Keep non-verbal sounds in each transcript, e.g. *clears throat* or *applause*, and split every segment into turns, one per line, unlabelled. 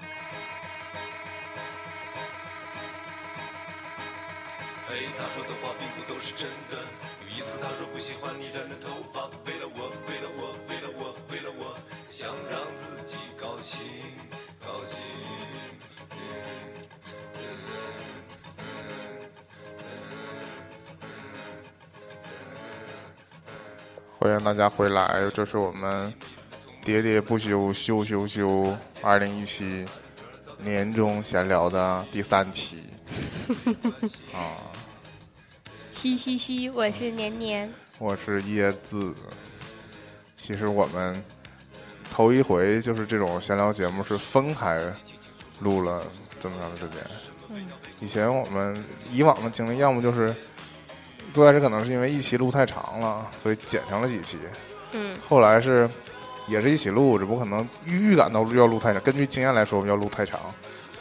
哎他说的话并不都是真的。有一次他说不喜欢你染的头发，为了我，为了我，为了我，为了我，想让自己高兴，高兴。嗯嗯嗯
欢迎大家回来，这是我们喋喋不休、休休休二零一七年终闲聊的第三期。啊，
嘻嘻嘻，我是年年。
我是椰子。其实我们头一回就是这种闲聊节目是分开录了这么长时间。以前我们以往的经历，要么就是最开始可能是因为一期录太长了，所以剪成了几期。
嗯，
后来是也是一起录，只不过可能预预感到要录太长，根据经验来说，我们要录太长，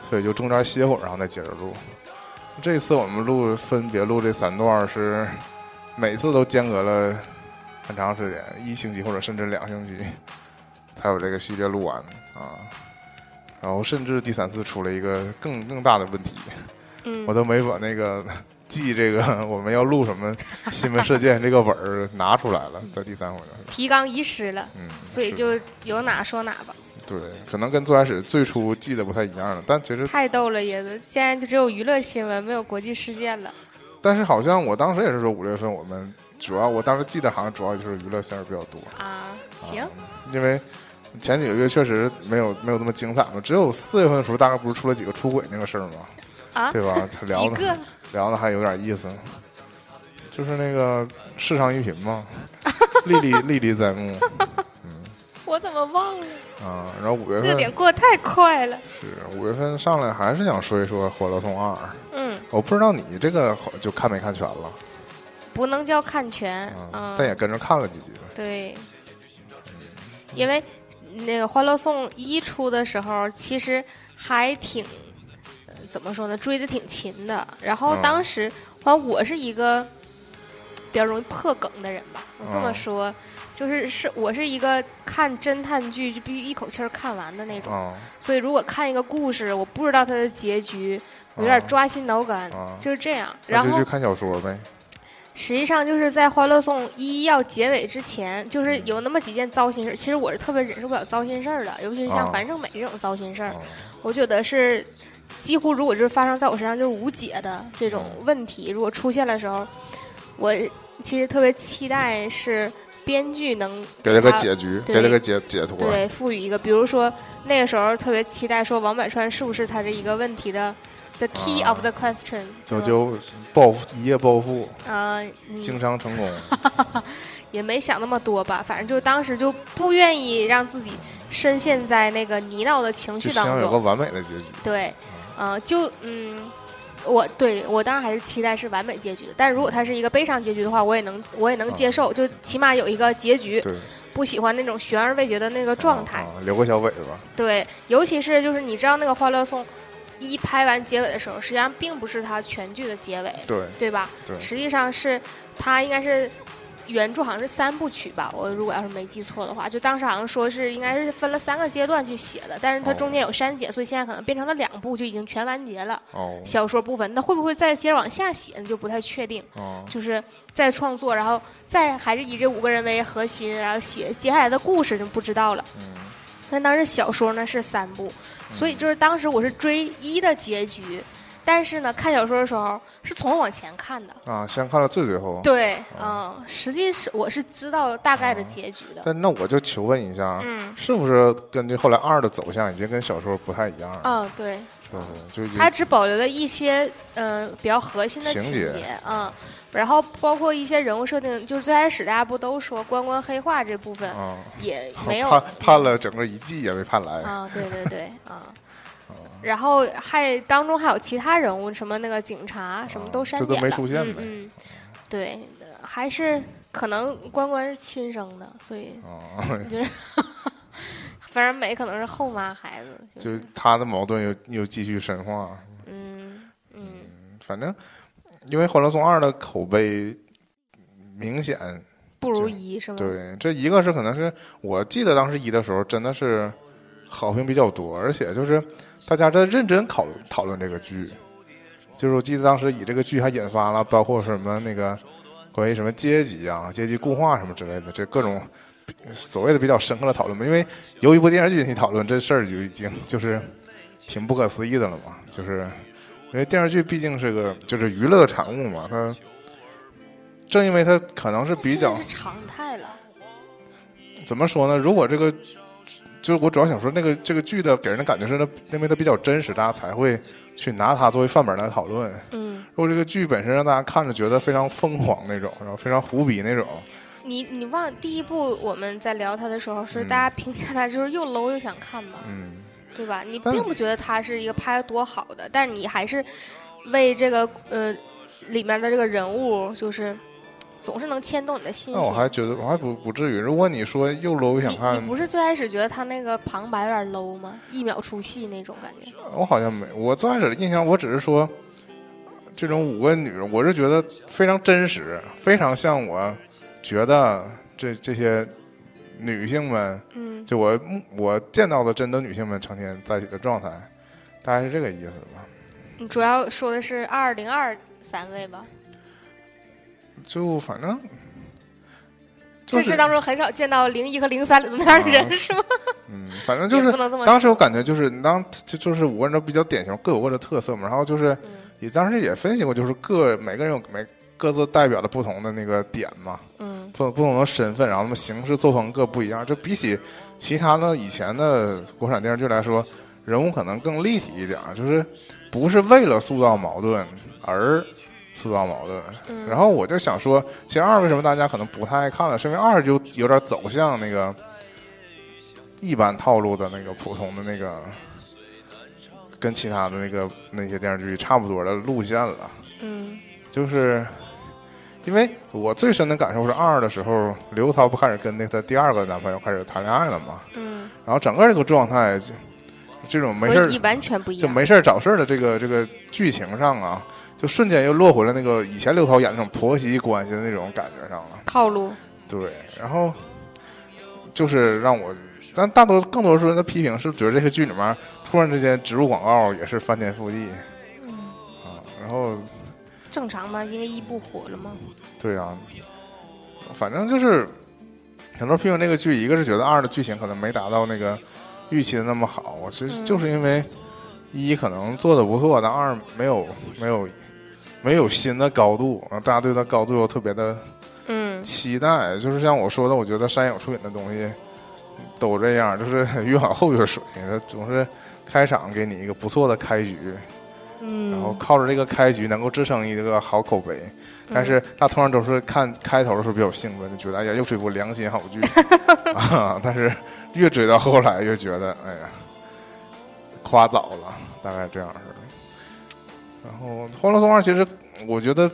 所以就中间歇会儿，然后再接着录。这次我们录分别录这三段儿是每次都间隔了很长时间，一星期或者甚至两星期才有这个系列录完啊。然后甚至第三次出了一个更更大的问题，
嗯
我都没把那个记这个我们要录什么新闻事件这个本儿拿出来了，在第三回的时候。
提纲遗失了，
嗯，
所以
是
就有哪说哪吧。
对，可能跟最开始最初记得不太一样了，但其实，
太逗了，椰子。现在就只有娱乐新闻，没有国际事件了。
但是好像我当时也是说五月份我们主要，我当时记得好像主要就是娱乐线儿比较多，
啊，行，
因为前几个月确实没有没有这么精彩嘛，只有四月份的时候大概不是出了几个出轨那个事儿吗？
啊
对吧？聊
几
的
个
聊的还有点意思，就是那个市场一频
*laughs*
嘛，历历历历在目
我怎么忘了？
啊。然后五月
热
份
点过得太快了。
是五月份上来还是想说一说《火热痛二》。
嗯，
我不知道你这个就看没看全了，
不能叫看全
嗯，
嗯，
但也跟着看了几集呗。
对，因为那个《欢乐颂》一出的时候，其实还挺，呃怎么说呢，追的挺勤的。然后
嗯
当时，反正我是一个比较容易破梗的人吧，我这么
嗯
说，就是是我是一个看侦探剧就必须一口气儿看完的那种。
啊
所以如果看一个故事，我不知道它的结局，我
哦
有点抓心挠肝，
啊，
就是这样。然
那就
后
去看小说呗。
实际上就是在《欢乐颂》一要结尾之前，
嗯
就是有那么几件糟心事儿。其实我是特别忍受不了糟心事儿的，尤其是
哦
像樊胜美这种糟心事儿，
啊
我觉得是几乎如果就是发生在我身上就是无解的这种
嗯
问题，如果出现的时候，我其实特别期待是编剧能
给他个
它
解局，
对
给他个解解脱。
对，赋予一个，比如说那个时候特别期待说王百川是不是他这一个问题的 the key
啊
of the question，
就
吧
就暴富一夜暴富，
啊、嗯
经商成
*laughs*
功。
也没想那么多吧，反正就当时就不愿意让自己深陷在那个泥淖的情
就
绪
希
当
望有个
中，
完美的结局。
对，呃，就嗯。我对我当然还是期待是完美结局的，但如果它是一个悲伤结局的话，我也能我也能接受，就起码有一个结局。
嗯对，
不喜欢那种悬而未决的那个状态。
啊啊留个小尾巴。
对，尤其是就是你知道那个《欢乐颂》一拍完结尾的时候，实际上并不是它全剧的结尾，
对
对吧？
对
实际上是它应该是原著好像是三部曲吧，我如果要是没记错的话，就当时好像说是应该是分了三个阶段去写的，但是它
哦
中间有删减，所以现在可能变成了两部，就已经全完结了。
哦
小说部分，那会不会再接着往下写，你就不太确定。
哦
就是再创作，然后再还是以这五个人为核心，然后写接下来的故事就不知道了。
嗯
那当时小说呢是三部，所以
嗯
就是当时我是追一的结局，但是呢看小说的时候是从往前看的。
啊，先看了最最后。
对，嗯，实际是我是知道大概的结局的。
哦但那我就求问一下，
嗯，
是不是根据后来二的走向已经跟小说不太一样了？
嗯，对，
是不是？就已经
它只保留了一些嗯、呃比较核心的
情
情
节
嗯，然后包括一些人物设定，就是最开始大家不都说关关黑化这部分
啊，
也没有
判判了整个一季也没判来。
啊，对对对，啊。
哦
然后还当中还有其他人物，什么那个警察，什么都删
哦这都
减了。
没出现呗
嗯嗯，对，还是可能关关是亲生的，所以
啊，
就是， *laughs* 反正美可能是后妈孩子。
*laughs*
就、
就是是他的矛盾又又继续深化。
嗯嗯
反正因为《欢乐颂二》的口碑明显，
不如一是吗？
对这一个是可能是我记得当时一的时候真的是好评比较多，而且就是大家在认真讨论讨论这个剧，就是我记得当时以这个剧还引发了包括什么那个关于什么阶级啊、阶级固化什么之类的，这各种所谓的比较深刻的讨论嘛。因为由一部电视剧引起讨论这事儿就已经就是挺不可思议的了嘛，就是因为电视剧毕竟是个就是娱乐产物嘛，它正因为它可能是比较
现在是常态了。
怎么说呢？如果这个就是我主要想说，那个这个剧的给人的感觉是它，因为它比较真实，大家才会去拿它作为范本来讨论。
嗯，
如果这个剧本身让大家看着觉得非常疯狂那种，然后非常胡逼那种，
你你忘第一部我们在聊它的时候，是
嗯
大家评价它就是又 low 又想看嘛，
嗯，
对吧？你
但
并不觉得它是一个拍的多好的，但是你还是为这个呃里面的这个人物，就是总是能牵动你的心
那我还
弦。
觉得我还不不至于。如果你说又 low 又想
你你
看，
不是最开始觉得他那个旁白有点 low 吗？一秒出戏那种感觉。
我好像没，我最开始的印象我只是说这种五个女人，我是觉得非常真实，非常像我觉得这这些女性们。
嗯，
就我目我见到的真的女性们成天在一起的状态，大概是这个意思吧。
你主要说的是二零二三位吧？
就反正就
这
是
是当中很少见到零一和零三里面的人、
啊
是吗？
嗯，反正就
也
是
不能这么说。
当时我感觉就是当就就是五个人都比较典型，各有各的特色嘛。然后就是
嗯
也当时也分析过，就是各每个人有每各自代表的不同的那个点嘛，
嗯
不不同的身份，然后他们行事作风各不一样。就比起其他的以前的国产电视剧来说，人物可能更立体一点儿，就是不是为了塑造矛盾而塑造矛盾。
嗯，
然后我就想说，其实二为什么大家可能不太爱看了，是因为二就有点走向那个一般套路的那个普通的那个，跟其他的那个那些电视剧差不多的路线了。
嗯
就是因为我最深的感受是二的时候，刘涛不开始跟那个她第二个男朋友开始谈恋爱了嘛，
嗯，
然后整个这个状态就，这种没事
和
儿
一完全不一
就
样。
没事儿找事儿的这个这个剧情上啊，就瞬间又落回了那个以前刘涛演那种婆媳关系的那种感觉上了。
套路，
对，然后就是让我，但大多更多数人的批评是觉得这个剧里面突然之间植入广告也是翻天覆地
嗯，
啊，然后
正常吗？因为一部火了吗？
对啊，反正就是很多批评这个剧，一个是觉得二的剧情可能没达到那个预期的那么好，我其实
嗯
就是因为一可能做的不错，但二没有没有没有新的高度，然后大家对它高度又特别的
嗯
期待，就是像我说的，我觉得山影出品的东西都这样，就是越往后越水，它总是开场给你一个不错的开局，
嗯，
然后靠着这个开局能够支撑一个好口碑。但是他通常都是看开头的时候比较兴奋，就觉得哎呀，又是一部良心好剧
*laughs*
啊。但是越追到后来，越觉得哎呀，夸早了，大概这样似的。然后《欢乐颂二》其实我觉得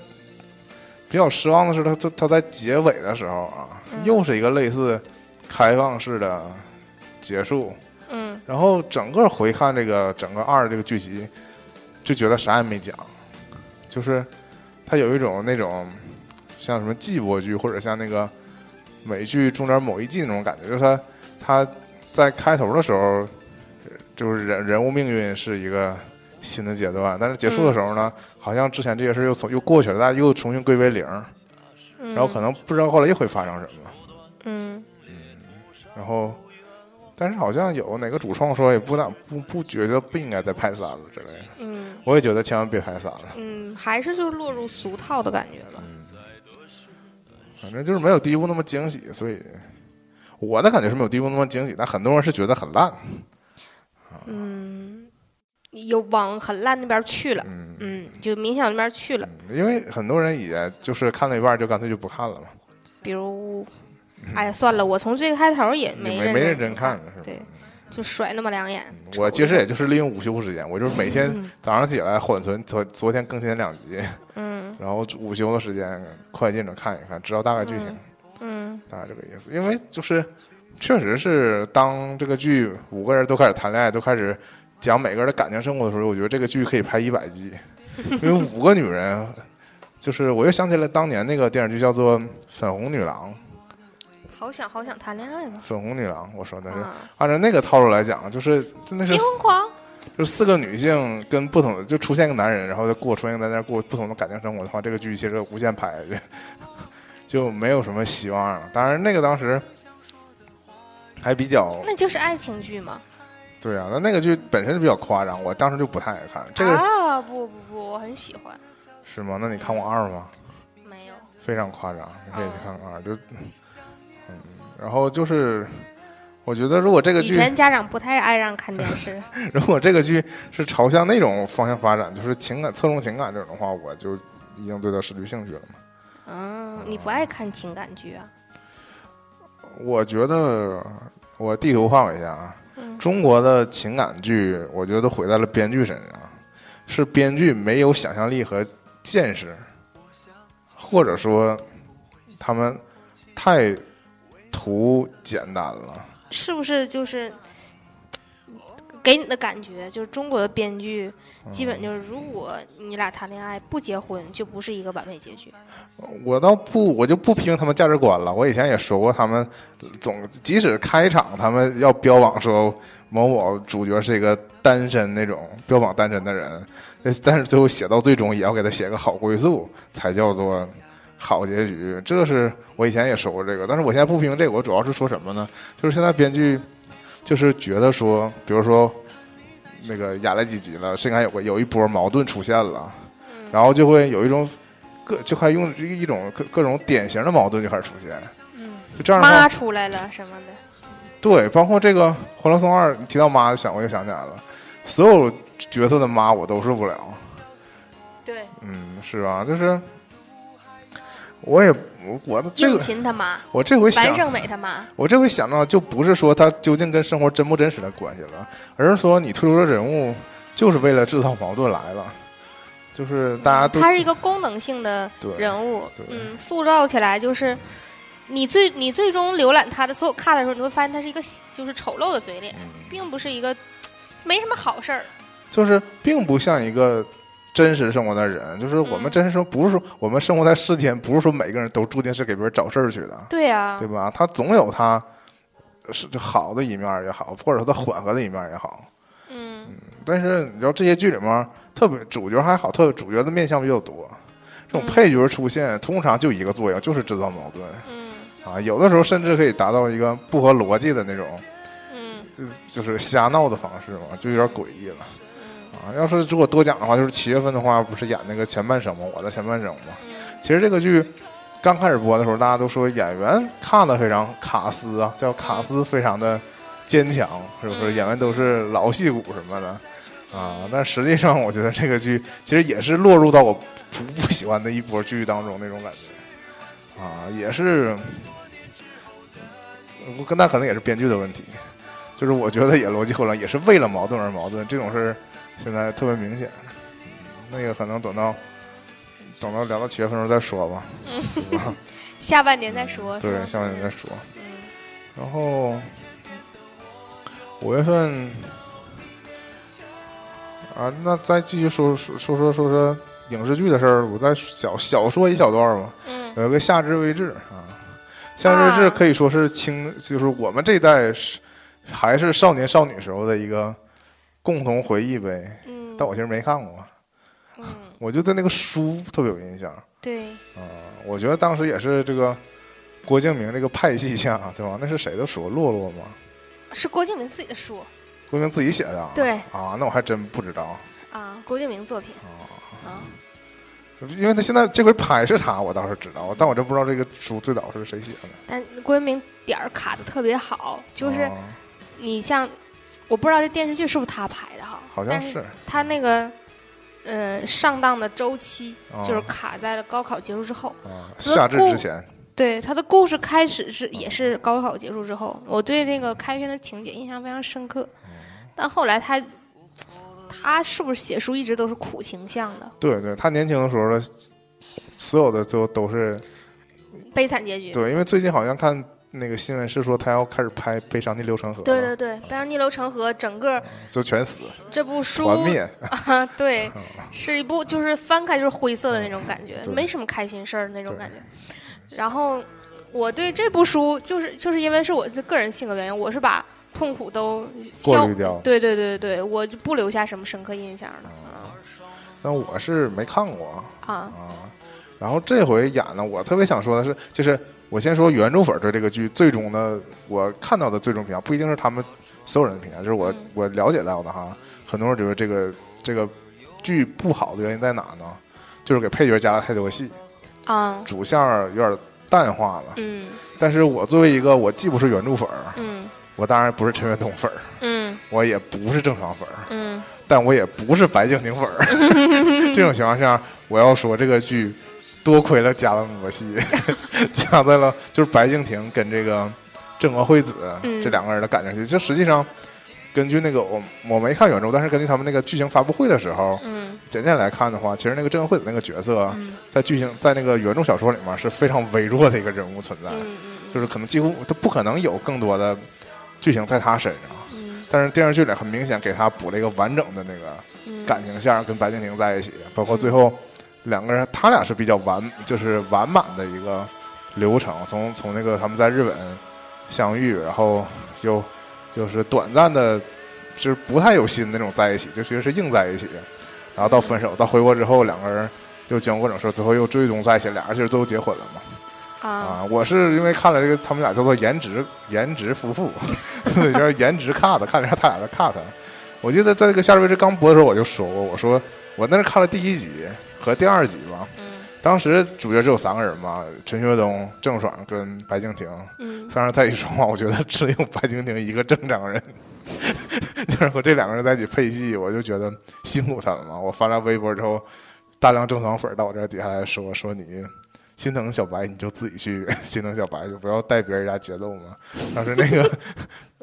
比较失望的是它，它它在结尾的时候啊，
嗯
又是一个类似开放式的结束。
嗯
然后整个回看这个整个二这个剧集，就觉得啥也没讲，就是它有一种那种像什么季播剧或者像那个美剧中间某一季那种感觉，就是它它在开头的时候，就是人人物命运是一个新的阶段，但是结束的时候呢，好像之前这些事儿又从又过去了，大家又重新归为零，
嗯，
然后可能不知道后来又会发生什么。
嗯
然后，但是好像有哪个主创说也不大不不觉得不应该再拍三了之类的，
嗯
我也觉得千万别拍三了，
嗯，还是就落入俗套的感觉吧。
反正就是没有第一部那么惊喜，所以我的感觉是没有第一部那么惊喜，但很多人是觉得很烂，
嗯，有往很烂那边去了，
嗯，
嗯，就明显往那边去了。
嗯因为很多人也就是看到一半就干脆就不看了嘛，
比如，哎呀，算了，我从最开头也
嗯没
认
没
认
认真看是吧嗯
对，就甩那么两眼。
我其实也就是利用午休时间，我就是每天
嗯
早上起来缓存昨昨天更新的两集，
嗯
然后午休的时间快进着看一看，知道大概剧情。
嗯嗯
大概这个意思。因为就是确实是当这个剧五个人都开始谈恋爱，都开始讲每个人的感情生活的时候，我觉得这个剧可以拍一百集，因为五个女人。就是我又想起来当年那个电视剧叫做《粉红女郎》，
好想好想谈恋爱嘛
粉红女郎，我说的是
啊，
按照那个套路来讲，就是就那是
结婚狂，
就四个女性跟不同就出现一个男人，然后再过出现一个男人过不同的感情生活的话，这个剧其实无限拍下去，就没有什么希望了。当然，那个当时还比较
那就是爱情剧嘛。
对啊，那那个剧本身就比较夸张，我当时就不太爱看。这个、
啊，不不不，我很喜欢。
是吗？那你看过二吗？
没有，
非常夸张，你可以去看看啊，就，嗯，然后就是，我觉得如果这个
以
剧，
前家长不太爱让看电
*laughs*
视。
如果这个剧是朝向那种方向发展，就是情感侧重情感这种的话，我就已经对它失去兴趣了嘛。
嗯，你不爱看情感剧啊？
我觉得我地图炮一下啊，
嗯
中国的情感剧，我觉得毁在了编剧身上，啊是编剧没有想象力和见识，或者说他们太图简单了。
是不是就是给你的感觉，就是中国的编剧基本就是，如果你俩谈恋爱不结婚，就不是一个完美结局。
我倒不，我就不批评他们价值观了。我以前也说过，他们总即使开场他们要标榜说某某主角是一个单身那种标榜单身的人，但但是最后写到最终也要给他写个好归宿，才叫做好结局。这是我以前也说过这个，但是我现在不批评这个，我主要是说什么呢？就是现在编剧就是觉得说，比如说那个演了几集了，身上有个有一波矛盾出现了，
嗯
然后就会有一种。各就快用一种各各种典型的矛盾就开始出现，
嗯，
就这样的话
妈，出来了什么的，
对，包括这个《欢乐颂二》，你提到妈，想我就想起来了，所有角色的妈我都受不了，
对，
嗯，是吧？就是我也我我这
应
个
勤他妈，
我这回
樊
想
胜美他妈，
我这回想到，就不是说他究竟跟生活真不真实的关系了，而是说你推出这人物就是为了制造矛盾来了，就是大家都
他是一个功能性的
对
人物
对，
嗯，塑造起来就是。你最你最终浏览他的所有看的时候，你会发现他是一个就是丑陋的嘴脸，
嗯
并不是一个没什么好事儿。
就是并不像一个真实生活的人，就是我们
嗯
真实生活不是说我们生活在世间，不是说每个人都注定是给别人找事儿去的，
对啊
对，吧？他总有他是好的一面儿也好，或者说他缓和的一面儿也好。
嗯，
但是你知道这些剧里面，特别主角还好，特别主角的面相比较多。这种
嗯
配角出现，通常就一个作用，就是制造矛盾
嗯
啊。有的时候甚至可以达到一个不合逻辑的那种，
嗯
就就是瞎闹的方式嘛，就有点诡异了。
嗯
啊，要是如果多讲的话，就是七月份的话，不是演那个前半生吗？我的前半生吗？
嗯，
其实这个剧刚开始播的时候，大家都说演员看的非常卡斯啊，叫卡斯非常的坚强，是不是？
嗯
演员都是老戏骨什么的啊，但实际上我觉得这个剧其实也是落入到我不不喜欢的一波剧当中那种感觉啊，也是我跟他可能也是编剧的问题，就是我觉得也逻辑混乱，也是为了矛盾而矛盾，这种事儿现在特别明显。嗯那个可能等到等到聊到七月份的时候再说吧。
下半年再说。
嗯
是
对
吧，
下半年再说。
嗯
然后五月份啊，那再继续说说说说说说影视剧的事儿，我再小小说一小段吧。
嗯
有一个夏至未至啊，夏至未至
啊
可以说是青，就是我们这一代是还是少年少女时候的一个共同回忆呗。
嗯，
但我其实没看过，
嗯
我就对那个书特别有印象。
对，
啊、我觉得当时也是这个郭敬明这个派系下，对吧？那是谁的书？洛洛吗？
是郭敬明自己的书
郭敬明自己写的啊？
对
啊，那我还真不知道，
啊，郭敬明作品
哦
啊，
因为他现在这回拍是他，我倒是知道，但我真不知道这个书最早是谁写的。
但郭敬明点儿卡的特别好，就是
啊
你像我不知道这电视剧是不是他拍的哈，
好像
但
是
是他那个呃上当的周期
啊
就是卡在了高考结束之后。
啊，夏至之前
对，他的故事开始
嗯
是也是高考结束之后，我对那个开篇的情节印象非常深刻，
哦
但后来他他是不是写书一直都是苦情向的
对对，他年轻的时候的所有的都都是
悲惨结局？
对，因为最近好像看那个新闻是说他要开始拍《悲伤逆流成河》，
对对对，悲伤逆流成河，整个
就全死
这部书
团灭。 *laughs*
啊，对，是一部就是翻开就是灰色的那种感觉，
哦对
没什么开心事儿的那种感觉。然后我对这部书就是就是因为是我自个人性格原因，我是把《痛苦都消
过滤掉。
对对对对，我就不留下什么深刻印象了
但我是没看过
啊。
啊。然后这回演呢，我特别想说的是，就是我先说原著粉对这个剧最终的我看到的最终评价，不一定是他们所有人的评价，就是我、
嗯
我了解到的哈。很多人觉得这个这个剧不好的原因在哪呢？就是给配角加了太多戏，
啊啊，
主线儿有点淡化了。
嗯
但是我作为一个我既不是原著粉儿，
嗯
我当然不是陈远东粉儿，
嗯
我也不是正常粉儿，
嗯
但我也不是白敬亭粉儿。
*laughs*
这种情况下，我要说这个剧多亏了加了魔
*laughs*
戏，加在了就是白敬亭跟这个郑和惠子、
嗯
这两个人的感情戏。就实际上，根据那个我我没看原著，但是根据他们那个剧情发布会的时候，
嗯
简介来看的话，其实那个郑和惠子那个角色
嗯
在剧情在那个原著小说里面是非常微弱的一个人物存在，
嗯
就是可能几乎他不可能有更多的剧情在他身上。
嗯
但是电视剧里很明显给他补了一个完整的那个
嗯，
感情线儿跟白敬亭在一起，包括最后两个人，他俩是比较完，就是完满的一个流程。从从那个他们在日本相遇，然后又就是短暂的，就是不太有心那种在一起，就其实是硬在一起，然后到分手，到回国之后，两个人又经过各种事儿，最后又最终在一起，俩人其实都结婚了嘛。
啊
啊，我是因为看了这个，他们俩叫做颜值颜值夫妇， *laughs* 有点颜值 cut，看了一下他俩的 cut。我记得在这个《夏日未知》刚播的时候，我就说过，我说我那是看了第一集和第二集吧，
嗯
当时主角只有三个人嘛，陈学冬、郑爽跟白敬亭。
嗯
三人在一起说话，我觉得只有白敬亭一个正常人， *laughs* 就是和这两个人在一起配戏，我就觉得辛苦他们嘛。我翻了微博之后，大量正常粉儿到我这儿底下来说说你心疼小白，你就自己去心疼小白，就不要带别人家节奏嘛。当时那
*laughs*
个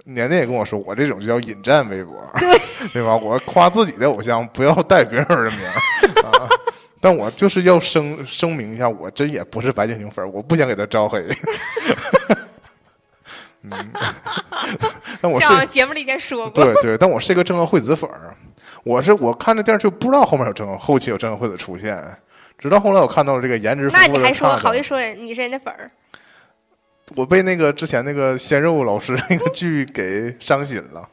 年年也跟我说，我这种就叫引战微博， *laughs* 对吧？我夸自己的偶像，不要带别人的名儿啊。但我就是要声声明一下，我真也不是白敬亭粉儿，我不想给他招黑。 *laughs* 嗯， *laughs* 但我
这
是
好像节目里以前说过，
对对，但我是一个郑和惠子粉儿，我是我看这电视剧不知道后面有郑和，后期有郑和惠子出现，直到后来我看到了这个颜值夫
那
妇
你
的
还说
看
好
法
意思说人你是人家粉儿？
我被那个之前那个鲜肉老师那个剧给伤心了。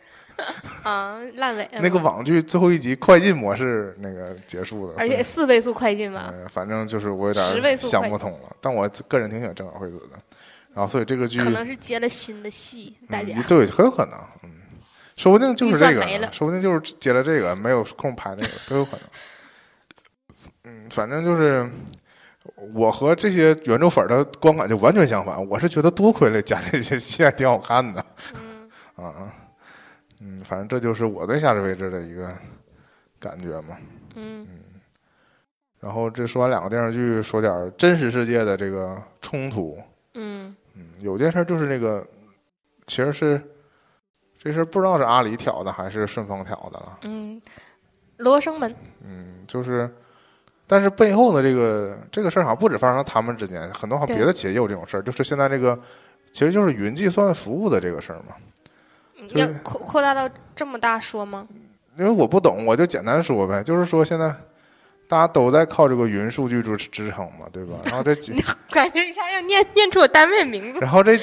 啊，烂尾了
那个
吗，
网剧最后一集快进模式那个结束的，
而且四倍速快进吧，
呃反正就是我有
十倍
点
速
想
快
不通了。但我个人挺喜欢郑和惠子的，然后所以这个剧
可能是接了新的戏，大
嗯
家
对，很有可能，嗯，说不定就
预
是
算
这个
没
呢，
了
说不定就是接了这个，没有空拍那个，都有可能。嗯，反正就是我和这些原著粉儿的观感就完全相反，我是觉得多亏了加这些戏还挺好看的
嗯
啊，嗯，反正这就是我对《夏至未至》的一个感觉嘛。
嗯
然后这说完两个电视剧，说点儿真实世界的这个冲突。
嗯
嗯，有件事儿就是那个，其实是这事儿不知道是阿里挑的还是顺丰挑的了。
嗯，罗生门，
嗯，就是，但是背后的这个这个事儿好像不止发生在他们之间，很多好像别的企业也有这种事儿。就是现在这个，其实就是云计算服务的这个事儿嘛。
嗯
就是
要扩扩大到这么大说吗？
因为我不懂，我就简单说呗，就是说现在大家都在靠这个云数据支支撑嘛，对吧？然后这几
*laughs* 感觉一下要念念出我单位名字。
然后这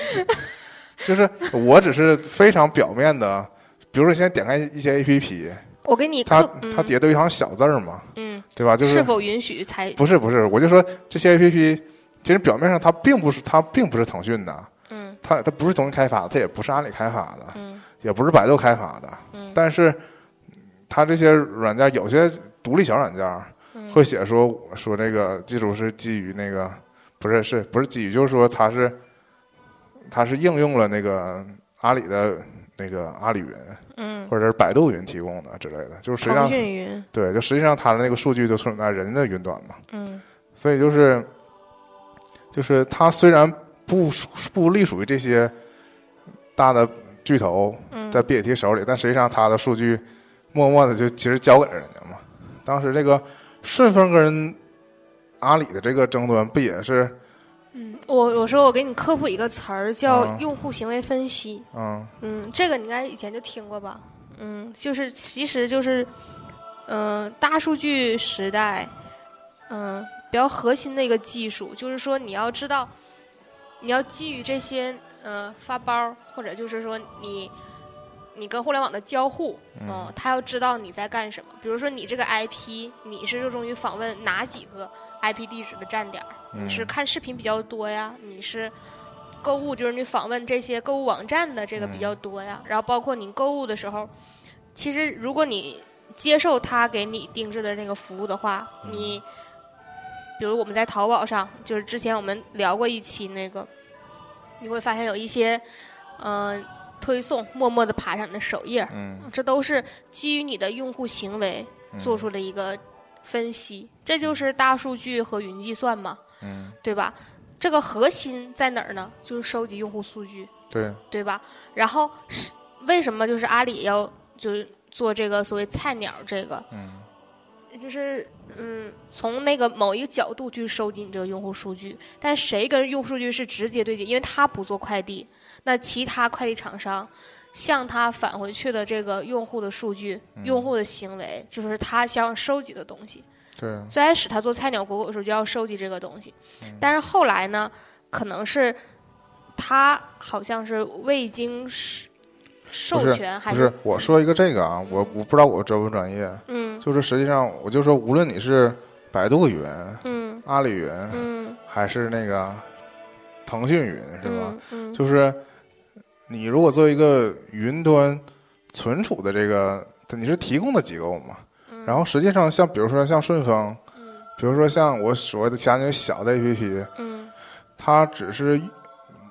就是我只是非常表面的，比如说现在点开一些 A P P，
我给你
它
刻，嗯
它底下都有一行小字儿嘛，
嗯，
对啊吧？就是是
否允许才
不是不是，我就说这些 A P P，其实表面上它并不是它并不是腾讯的，
嗯
它它不是腾讯开发的，它也不是阿里开发的，
嗯
也不是百度开发的，
嗯
但是它这些软件有些独立小软件儿
嗯
会写说说这个技术是基于那个不是是不是基于就是说它是它是应用了那个阿里的那个阿里云
嗯，
或者是百度云提供的之类的，就是实际
腾
上
讯云
对，就实际上它的那个数据就存在人的云端嘛。
嗯
所以就是，就是它虽然不属不隶属于这些大的巨头
嗯
在 BAT 手里，但实际上它的数据默默的就其实交给了人家嘛。当时这个顺丰跟阿里的这个争端不也是，
嗯，我我说我给你科普一个词儿叫
啊
用户行为分析，
嗯
嗯，这个你应该以前就听过吧？嗯，就是其实就是，嗯、大数据时代，嗯、比较核心的一个技术，就是说你要知道，你要基于这些呃发包，或者就是说你你跟互联网的交互，
嗯
嗯，他要知道你在干什么。比如说你这个 IP，你是热衷于访问哪几个 IP 地址的站点儿？你嗯
嗯
是看视频比较多呀？你是购物，就是你访问这些购物网站的这个比较多呀？然后包括你购物的时候，其实如果你接受他给你定制的那个服务的话，你比如我们在淘宝上，就是之前我们聊过一期那个，你会发现有一些嗯、推送默默的爬上你的首页，
嗯，
这都是基于你的用户行为做出的一个分析，这就是大数据和云计算嘛，
嗯，
对吧？这个核心在哪儿呢？就是收集用户数据，
对，
对吧？然后是为什么就是阿里要就是做这个所谓菜鸟这个，
嗯
就是嗯，从那个某一个角度去收集你这个用户数据，但谁跟用户数据是直接对接？因为他不做快递，那其他快递厂商向他返回去的这个用户的数据、用户的行为，就是他想收集的东西。
对，
最开始他做菜鸟裹裹的时候就要收集这个东西，
嗯
但是后来呢，可能是他好像是未经授
不
授
是
权，还
不是我说一个这个啊，我我不知道我专不专业，
嗯
就是实际上我就说，无论你是百度云、
嗯
阿里云，
嗯
还是那个腾讯云，是吧？
嗯嗯
就是你如果作为一个云端存储的这个，你是提供的机构嘛？
嗯
然后实际上像比如说像顺丰，比如说像我所谓的其他那些小的 APP，
嗯，
它只是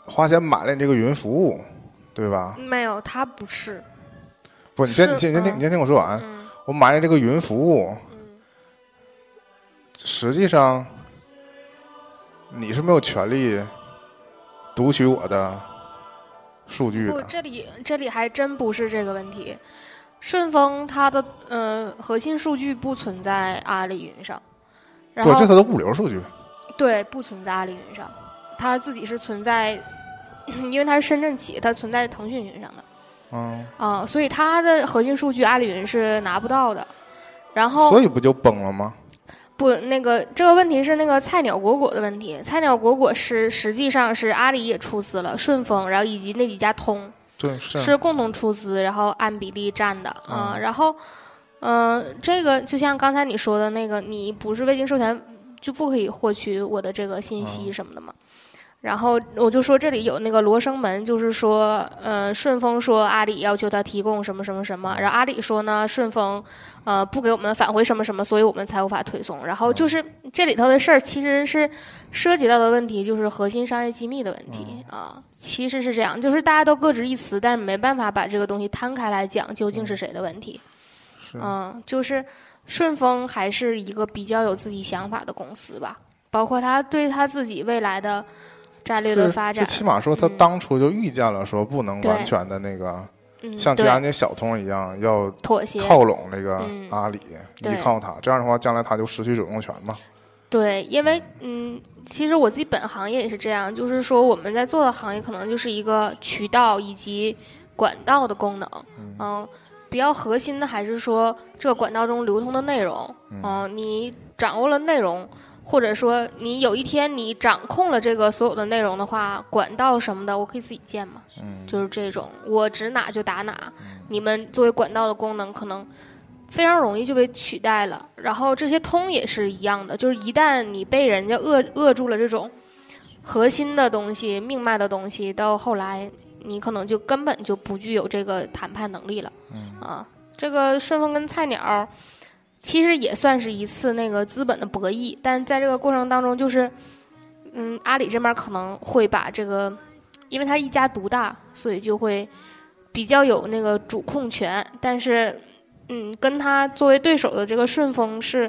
花钱买了你这个云服务，对吧？
没有，他不是。
不，你先
是
你先你先听
嗯
你先听我说完，
嗯
我买了这个云服务，
嗯
实际上你是没有权利读取我的数据
不，
的。
这里这里还真不是这个问题。顺丰它的呃核心数据不存在阿里云上，然
对，这
后
它的物流数据。
对不存在阿里云上，它自己是存在， *coughs* 因为它是深圳企业，它存在腾讯云上的
嗯，
啊、所以它的核心数据阿里云是拿不到的。然后
所以不就崩了吗？
不，那个这个问题是那个菜鸟裹裹的问题。菜鸟裹裹是实际上是阿里也出资了，顺丰，然后以及那几家通，
对，是
是共同出资，然后按比例占的啊、
嗯
然后，嗯、这个就像刚才你说的那个，你不是未经授权就不可以获取我的这个信息什么的嘛。然后我就说这里有那个罗生门，就是说，呃，顺丰说阿里要求他提供什么什么什么，然后阿里说呢，顺丰，呃，不给我们返回什么什么，所以我们才无法推送。然后就是这里头的事儿，其实是涉及到的问题就是核心商业机密的问题、
嗯
啊，其实是这样，就是大家都各执一词，但是没办法把这个东西摊开来讲究竟是谁的问题。
是
嗯，就是顺丰还是一个比较有自己想法的公司吧，包括他对他自己未来的战略的
是
发
就
展，
起码说他
嗯
当初就预见了，说不能
对
完全的那个，
嗯，
像其他
对
那些小通一样，要
妥协，
靠拢那个
嗯
阿里，
对
依靠他，这样的话，将来他就失去主动权嘛。
对，因为嗯，其实我自己本行业也是这样，就是说我们在做的行业可能就是一个渠道以及管道的功能，嗯、比较核心的还是说这管道中流通的内容，嗯、你掌握了内容，或者说你有一天你掌控了这个所有的内容的话，管道什么的我可以自己建嘛，
嗯，
就是这种我指哪就打哪，你们作为管道的功能可能非常容易就被取代了。然后这些通也是一样的，就是一旦你被人家扼扼住了这种核心的东西、命脉的东西，到后来你可能就根本就不具有这个谈判能力了。啊，这个顺丰跟菜鸟其实也算是一次那个资本的博弈，但在这个过程当中，就是嗯，阿里这边可能会把这个，因为它一家独大，所以就会比较有那个主控权，但是嗯，跟他作为对手的这个顺丰是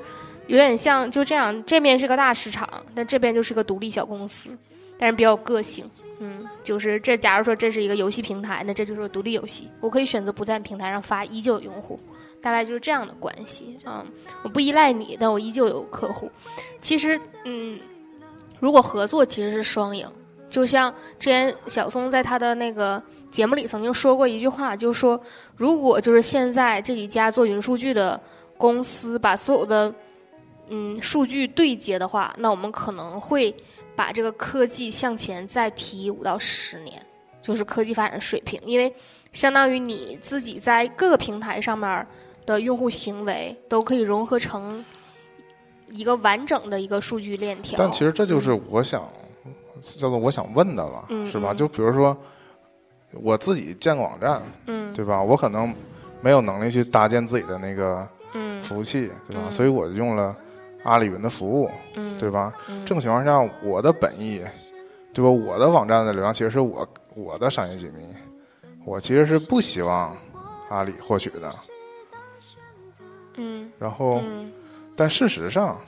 有点像，就这样，这面是个大市场，但这边就是个独立小公司，但是比较有个性。嗯，就是这，假如说这是一个游戏平台，那这就是个独立游戏，我可以选择不在平台上发，依旧有用户，大概就是这样的关系。嗯，我不依赖你，但我依旧有客户。其实，嗯，如果合作其实是双赢，就像之前小松在他的那个节目里曾经说过一句话，就说如果就是现在这几家做云数据的公司把所有的嗯数据对接的话，那我们可能会把这个科技向前再提五到十年。就是科技发展水平，因为相当于你自己在各个平台上面的用户行为都可以融合成一个完整的一个数据链条。
但其实这就是我想叫做我想问的吧，
嗯
是吧？
嗯
就比如说我自己建个网站，
嗯
对吧？我可能没有能力去搭建自己的那个
嗯
服务器，对吧？
嗯
所以我就用了阿里云的服务，
嗯，
对吧？
嗯
这种情况下，我的本意，对吧？我的网站的流量其实是我我的商业机密，我其实是不希望阿里获取的。
嗯
然后，
嗯
但事实上，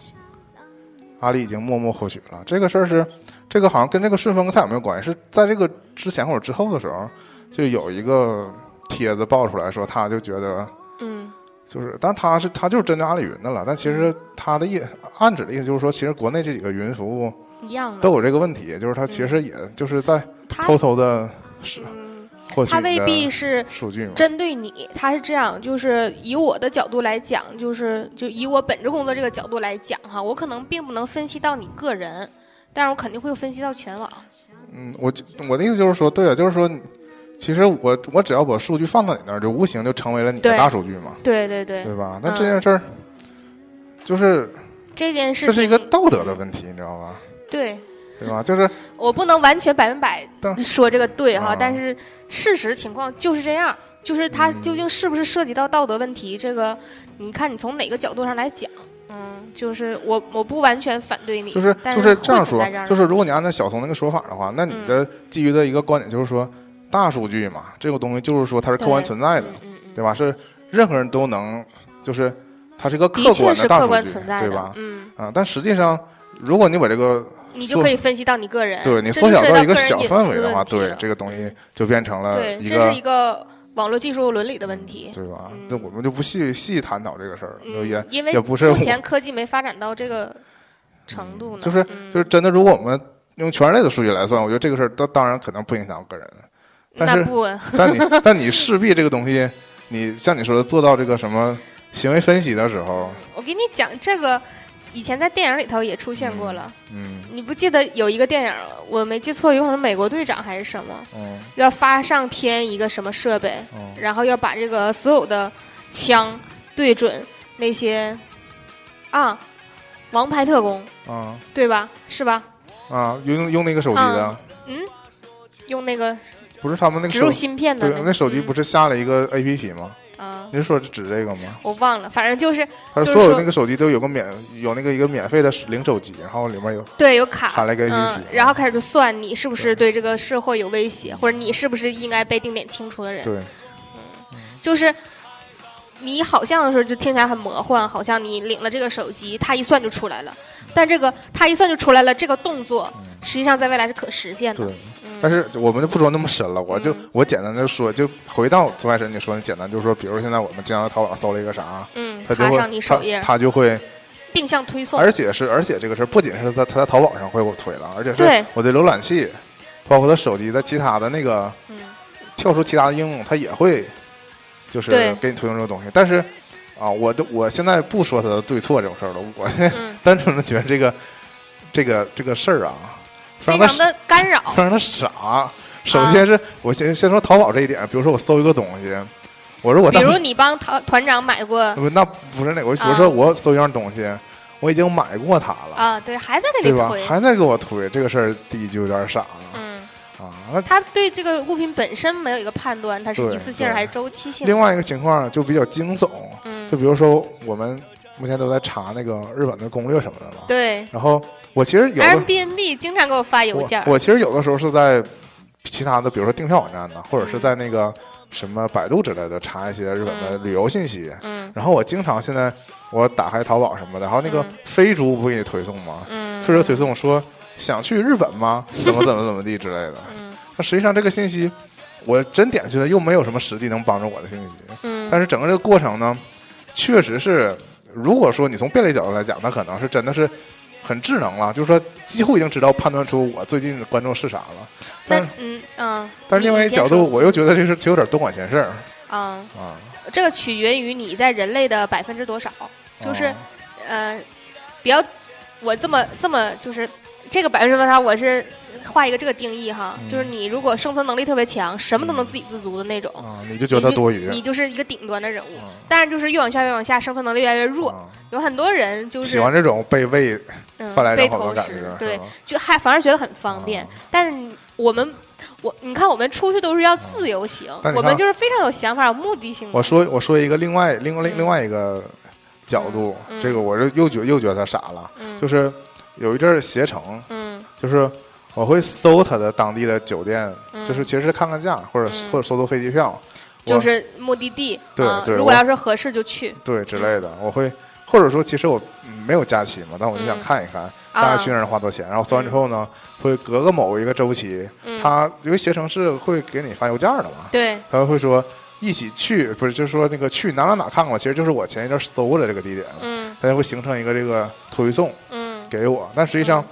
阿里已经默默获取了这个事儿是，这个好像跟这个顺丰菜有没有关系？是在这个之前或者之后的时候，就有一个帖子爆出来说，他就觉得
嗯
就是，但是他是他就是针对阿里云的了，但其实他的意暗指的意思就是说，其实国内这几个云服务
一样的
都，有这个问题，就是他其实也
嗯
就是在
他
偷偷的是
嗯
获取
他
你
未
的
必是
数据嘛。
针对你，他是这样，就是以我的角度来讲，就是就以我本职工作这个角度来讲哈，我可能并不能分析到你个人，但是我肯定会分析到全网。
嗯，我就我的意思就是说，对啊，就是说，其实我我只要把数据放到你那儿，就无形就成为了你的
对
大数据嘛，
对对对，
对吧？那
嗯
这件事儿、就是
这件事
这
情
是一个道德的问题，你知道吧？
对
对
*laughs*
吧？就是
我不能完全百分百
当
说这个对哈，
啊
但是事实情况就是这样。就是它
嗯
究竟是不是涉及到道德问题，这个你看你从哪个角度上来讲，嗯，就是我我不完全反对你，
就是
但
就是这
会
样
存
说啊
在这样，的
就是
问
如果
题
你按照小松那个说法的话，那你
嗯
的基于的一个观点就是说，大数据嘛，这个东西就是说它是客观
对
存在的，
嗯嗯嗯，
对吧？是任何人都能，就是它是一个
的
客
确
观
是
大
客
数
观
据，
存在
对吧
的，？嗯。
啊，但实际上，如果你把这个
你就
缩
可以分析到你个人，
对你
呃这
缩
就
小
涉及
到一
个
个
人
小
隐
范
私
围的
问
话，
题
对
了
这个东西就变成了
对，
一
这
个
是一个网络技术伦理的问
*laughs*
题。
对吧
嗯？
那我们就不细细探讨这个事儿了，啊就
嗯，
也
因为
也不是
目
我
前科技没发展到这个程度呢，
就是
嗯
就是真的，如果我们用全人类的数据来算，我觉得这个事儿当当然可能不影响个人，但
那
是
不
但
*laughs*
你但你势必这个东西，你像你说的做到这个什么行为分析的时候，
我给你讲这个，以前在电影里头也出现过了。
嗯
你不记得有一个电影，我没记错，有可能美国队长还是什么，
嗯
要发上天一个什么设备，
嗯
然后要把这个所有的枪对准那些啊，王牌特工，
啊
对吧？是吧？
啊，用用那个手机的，
用那个
不是他们那个
嗯植
手
入芯片的
对，那手机
嗯
不是下了一个 A P P 吗？
啊，
你是说指这个吗？
我忘了，反正就是
它
就是
所有
说
那个手机都有个免有那个一个免费的零手机，然后里面有
对有卡，
喊了一个 APP
嗯，然后开始就算你是不是对这个社会有威胁，或者你是不是应该被定点清除的人，
对，
就是。你好像是就听起来很魔幻，好像你领了这个手机，它一算就出来了。
嗯
但这个它一算就出来了，这个动作实际上在未来是可实现的
对。但是我们就不说那么深了，我就、
嗯
我简单的说，就回到昨开始你说的简单，就是说，比如现在我们经常在淘宝搜了一个啥，
嗯，
它就
爬上
会
你首页
它，它就会，
定向推送。
而且是而且这个事儿不仅是在它在淘宝上会给我推了，而且
对
是我的浏览器，包括它手机在其他的那个
嗯
跳出其他的应用，它也会就是
对
给你推送这个东西，但是。啊，我都我现在不说它的对错这种事儿了，我现在
嗯，
单纯的觉得这个这个这个事儿啊，非
非
常的
常啊的干扰。
非常的傻。首先是我先先说淘宝这一点，比如说我搜一个东西，我说我
比
当
如你帮团团长买过
不那不是那个，比如
啊
说我搜一样东西，我已经买过它了，
啊，对，还在那
对
里
吧
推？。
还在给我推这个事儿，第一就有点傻了
嗯，
啊。那
他对这个物品本身没有一个判断，它是
对
一次性
对
还是周期性的？
另外一个情况就比较惊悚，
嗯
就，比如说我们目前都在查那个日本的攻略什么的嘛，
对
然后我其实有的
，Airbnb 经常给我发邮
我
件儿，
我其实有的时候是在其他的，比如说订票网站呢，或者是在那个什么百度之类的查一些日本的旅游信息。
嗯
然后我经常现在我打开淘宝什么的，然后那个
嗯
飞猪不给你推送吗？
嗯，
飞猪推送说想去日本吗？怎么怎么怎么地之类的。
嗯
那实际上这个信息我真点去了，又没有什么实际能帮助我的信息。
嗯
但是整个这个过程呢，确实是，如果说你从便利角度来讲，它可能是真的是很智能了，就是说几乎已经知道判断出我最近的观众是啥了。但
那
是
嗯嗯，
但是
你
另外一
你
角
先说
度，我又觉得这是就有点多管闲事儿
啊，
啊。
这个取决于你在人类的百分之多少，就是
哦
呃，比较我这么这么就是这个百分之多少，我是画一个这个定义
嗯
哈，就是你如果生存能力特别强，什么都能自给自足的那种，
啊，你就觉得它多余
你就，你就是一个顶端的人物
嗯。
当然，就是越往下越往下，生存能力越来越弱。
啊，
有很多人就是
喜欢这种被喂
嗯
饭来
被
张口
投
的感
食，
觉，
对嗯
是，吧
就还反而觉得很方便
啊。
但是你我们，我你看，我们出去都是要自由行，
嗯但你
我们
看
就是非常有想法、有目的性的。
我说我说一个另外另外
嗯
另外一个角度，
嗯
这个我是又觉又觉得他傻了，
嗯
就是有一阵儿携程，
嗯
就是我会搜他的当地的酒店，
嗯
就是其实是看看价，或者、
嗯
或者搜搜飞机票，我
就是目的地，
对
啊
对
如果
我
要是合适就去
对之类的，我会或者说其实我嗯没有假期嘛，但我就想
嗯
看一看大概
啊
去那儿花多少钱，然后搜完之后呢，会隔个某一个周期，
嗯
他因为携程是会给你发邮件儿的嘛，
对，
他会说一起去，不是就是说那个去哪哪哪看过，其实就是我前一阵搜的这个地点，
嗯
它就会形成一个这个推送
嗯
给我。但实际上，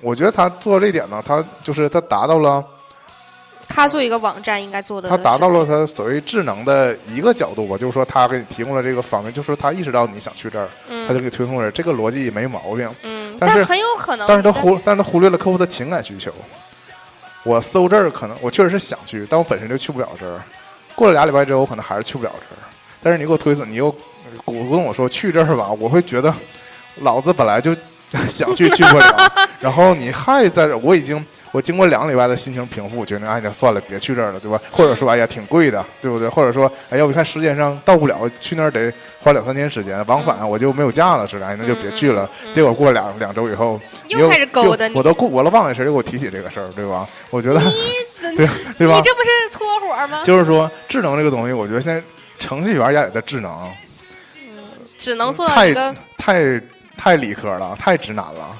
我觉得他做这点呢，他就是他达到了
他做一个网站应该做的事
他
情，
达到了他所谓智能的一个角度吧，就是说他给你提供了这个方面，就是说他意识到你想去这儿，
嗯
他就给你推送这儿，这个逻辑没毛病。
嗯，
但是
很有可能，
但是他忽，但是他忽略了客户的情感需求。我搜这儿可能我确实是想去，但我本身就去不了这儿。过了俩礼拜之后，我可能还是去不了这儿。但是你给我推送，你又鼓动我说去这儿吧，我会觉得老子本来就想去去不
*laughs*
了，然后你还在这儿，我已经我经过两个礼拜的心情平复，我决定哎呀算了，别去这儿了，对吧？或者说哎呀挺贵的，对不对？或者说哎要不看时间上到不了，去那儿得花两三天时间，往
嗯
返我就没有假了，是的，哎那就别去了。结果过两两周以后，
又
你
开始勾搭
又
你
我都顾我都忘了谁给我提起这个事儿，对吧？我觉得
真
对对吧
你？这不是搓火吗？
就是说智能这个东西，我觉得现在程序员家里的智能
只能做到
太
一个，
太太理科了，太直男了，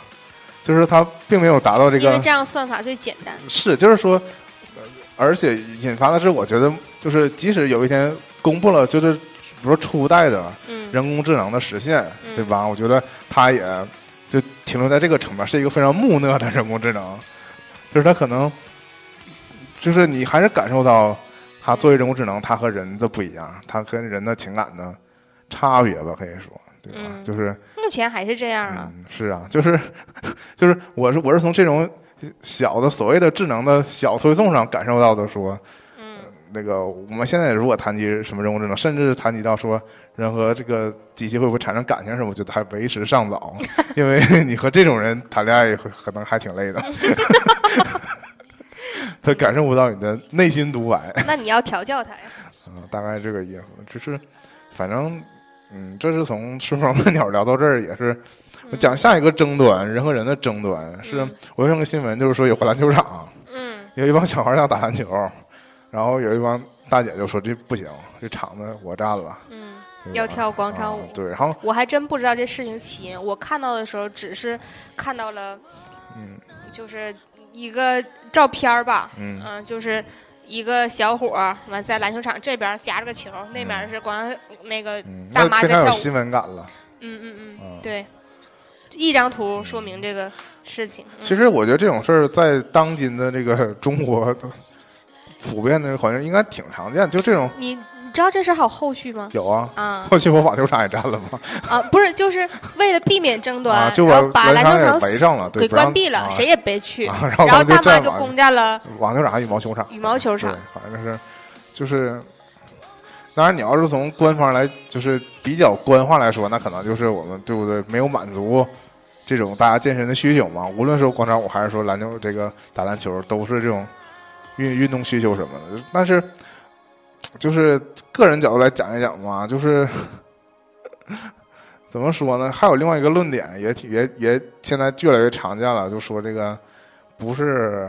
就是他并没有达到这
因为
个
这样算法最简单。
是，就是说，呃而且引发的是，我觉得就是即使有一天公布了，就是比如说初代的
嗯
人工智能的实现，
嗯
对吧？我觉得它也就停留在这个层面，是一个非常木讷的人工智能，就是它可能就是你还是感受到它作为人工智能，它和人的不一样，它跟人的情感的差别吧，可以说，对吧？
嗯
就是
目前还是这样啊。
嗯，是啊，就是 *laughs* 就是，我是我是从这种小的所谓的智能的小推送上感受到的说，
嗯
那个我们现在如果谈及什么人工智能，甚至谈及到说人和这个机器会不会产生感情什么，我觉得还为时尚早，因为你和这种人谈恋爱会可能还挺累的。他感受不到你的内心独白，
嗯那你要调教他呀。
嗯，大概这个意思，就是反正嗯，这是从顺风的鸟聊到这儿，也是我讲下一个争端，人和人的争端是
嗯，
我看个新闻，就是说有个篮球场，
嗯
有一帮小孩儿想打篮球，然后有一帮大姐就说这不行，这场子我占了，
嗯，
*laughs* 对
要
吧
跳广场舞
啊对，然后
我还真不知道这事情起因。我看到的时候只是看到了，
嗯
就是一个照片儿吧，
嗯
嗯，就是一个小伙儿完在篮球场这边夹着个球，那边是广场那个，
嗯，
大
那
妈
非
在
常有
跳舞
新闻感了。
嗯嗯嗯
啊，
对，一张图说明这个事情。嗯
其实我觉得这种事儿在当今的这个 *laughs* 中国普遍的这个环境应该挺常见，就这种
你你知道这事儿还有后续吗？
有啊。
啊
后去我网球场也占了吗？
啊，不是，就是为了避免争端，
啊，就
然后把
篮
篮球
也围
场
上了，对，
给
不让
关闭了，
啊 *laughs*
谁也别去。
啊然后
然后
咱
大
就
妈
占
就
网
攻占了，
网球场还羽毛球场，
羽毛球场
对，反正是就是，当然你要是从官方来就是比较官话来说，那可能就是我们对不对没有满足这种大家健身的需求嘛。无论说广场舞还是说篮球这个打篮球，都是这种运运动需求什么的。但是就是个人角度来讲一讲嘛，就是。 *laughs* 怎么说呢？还有另外一个论点，也挺也也现在越来越常见了，就说这个不是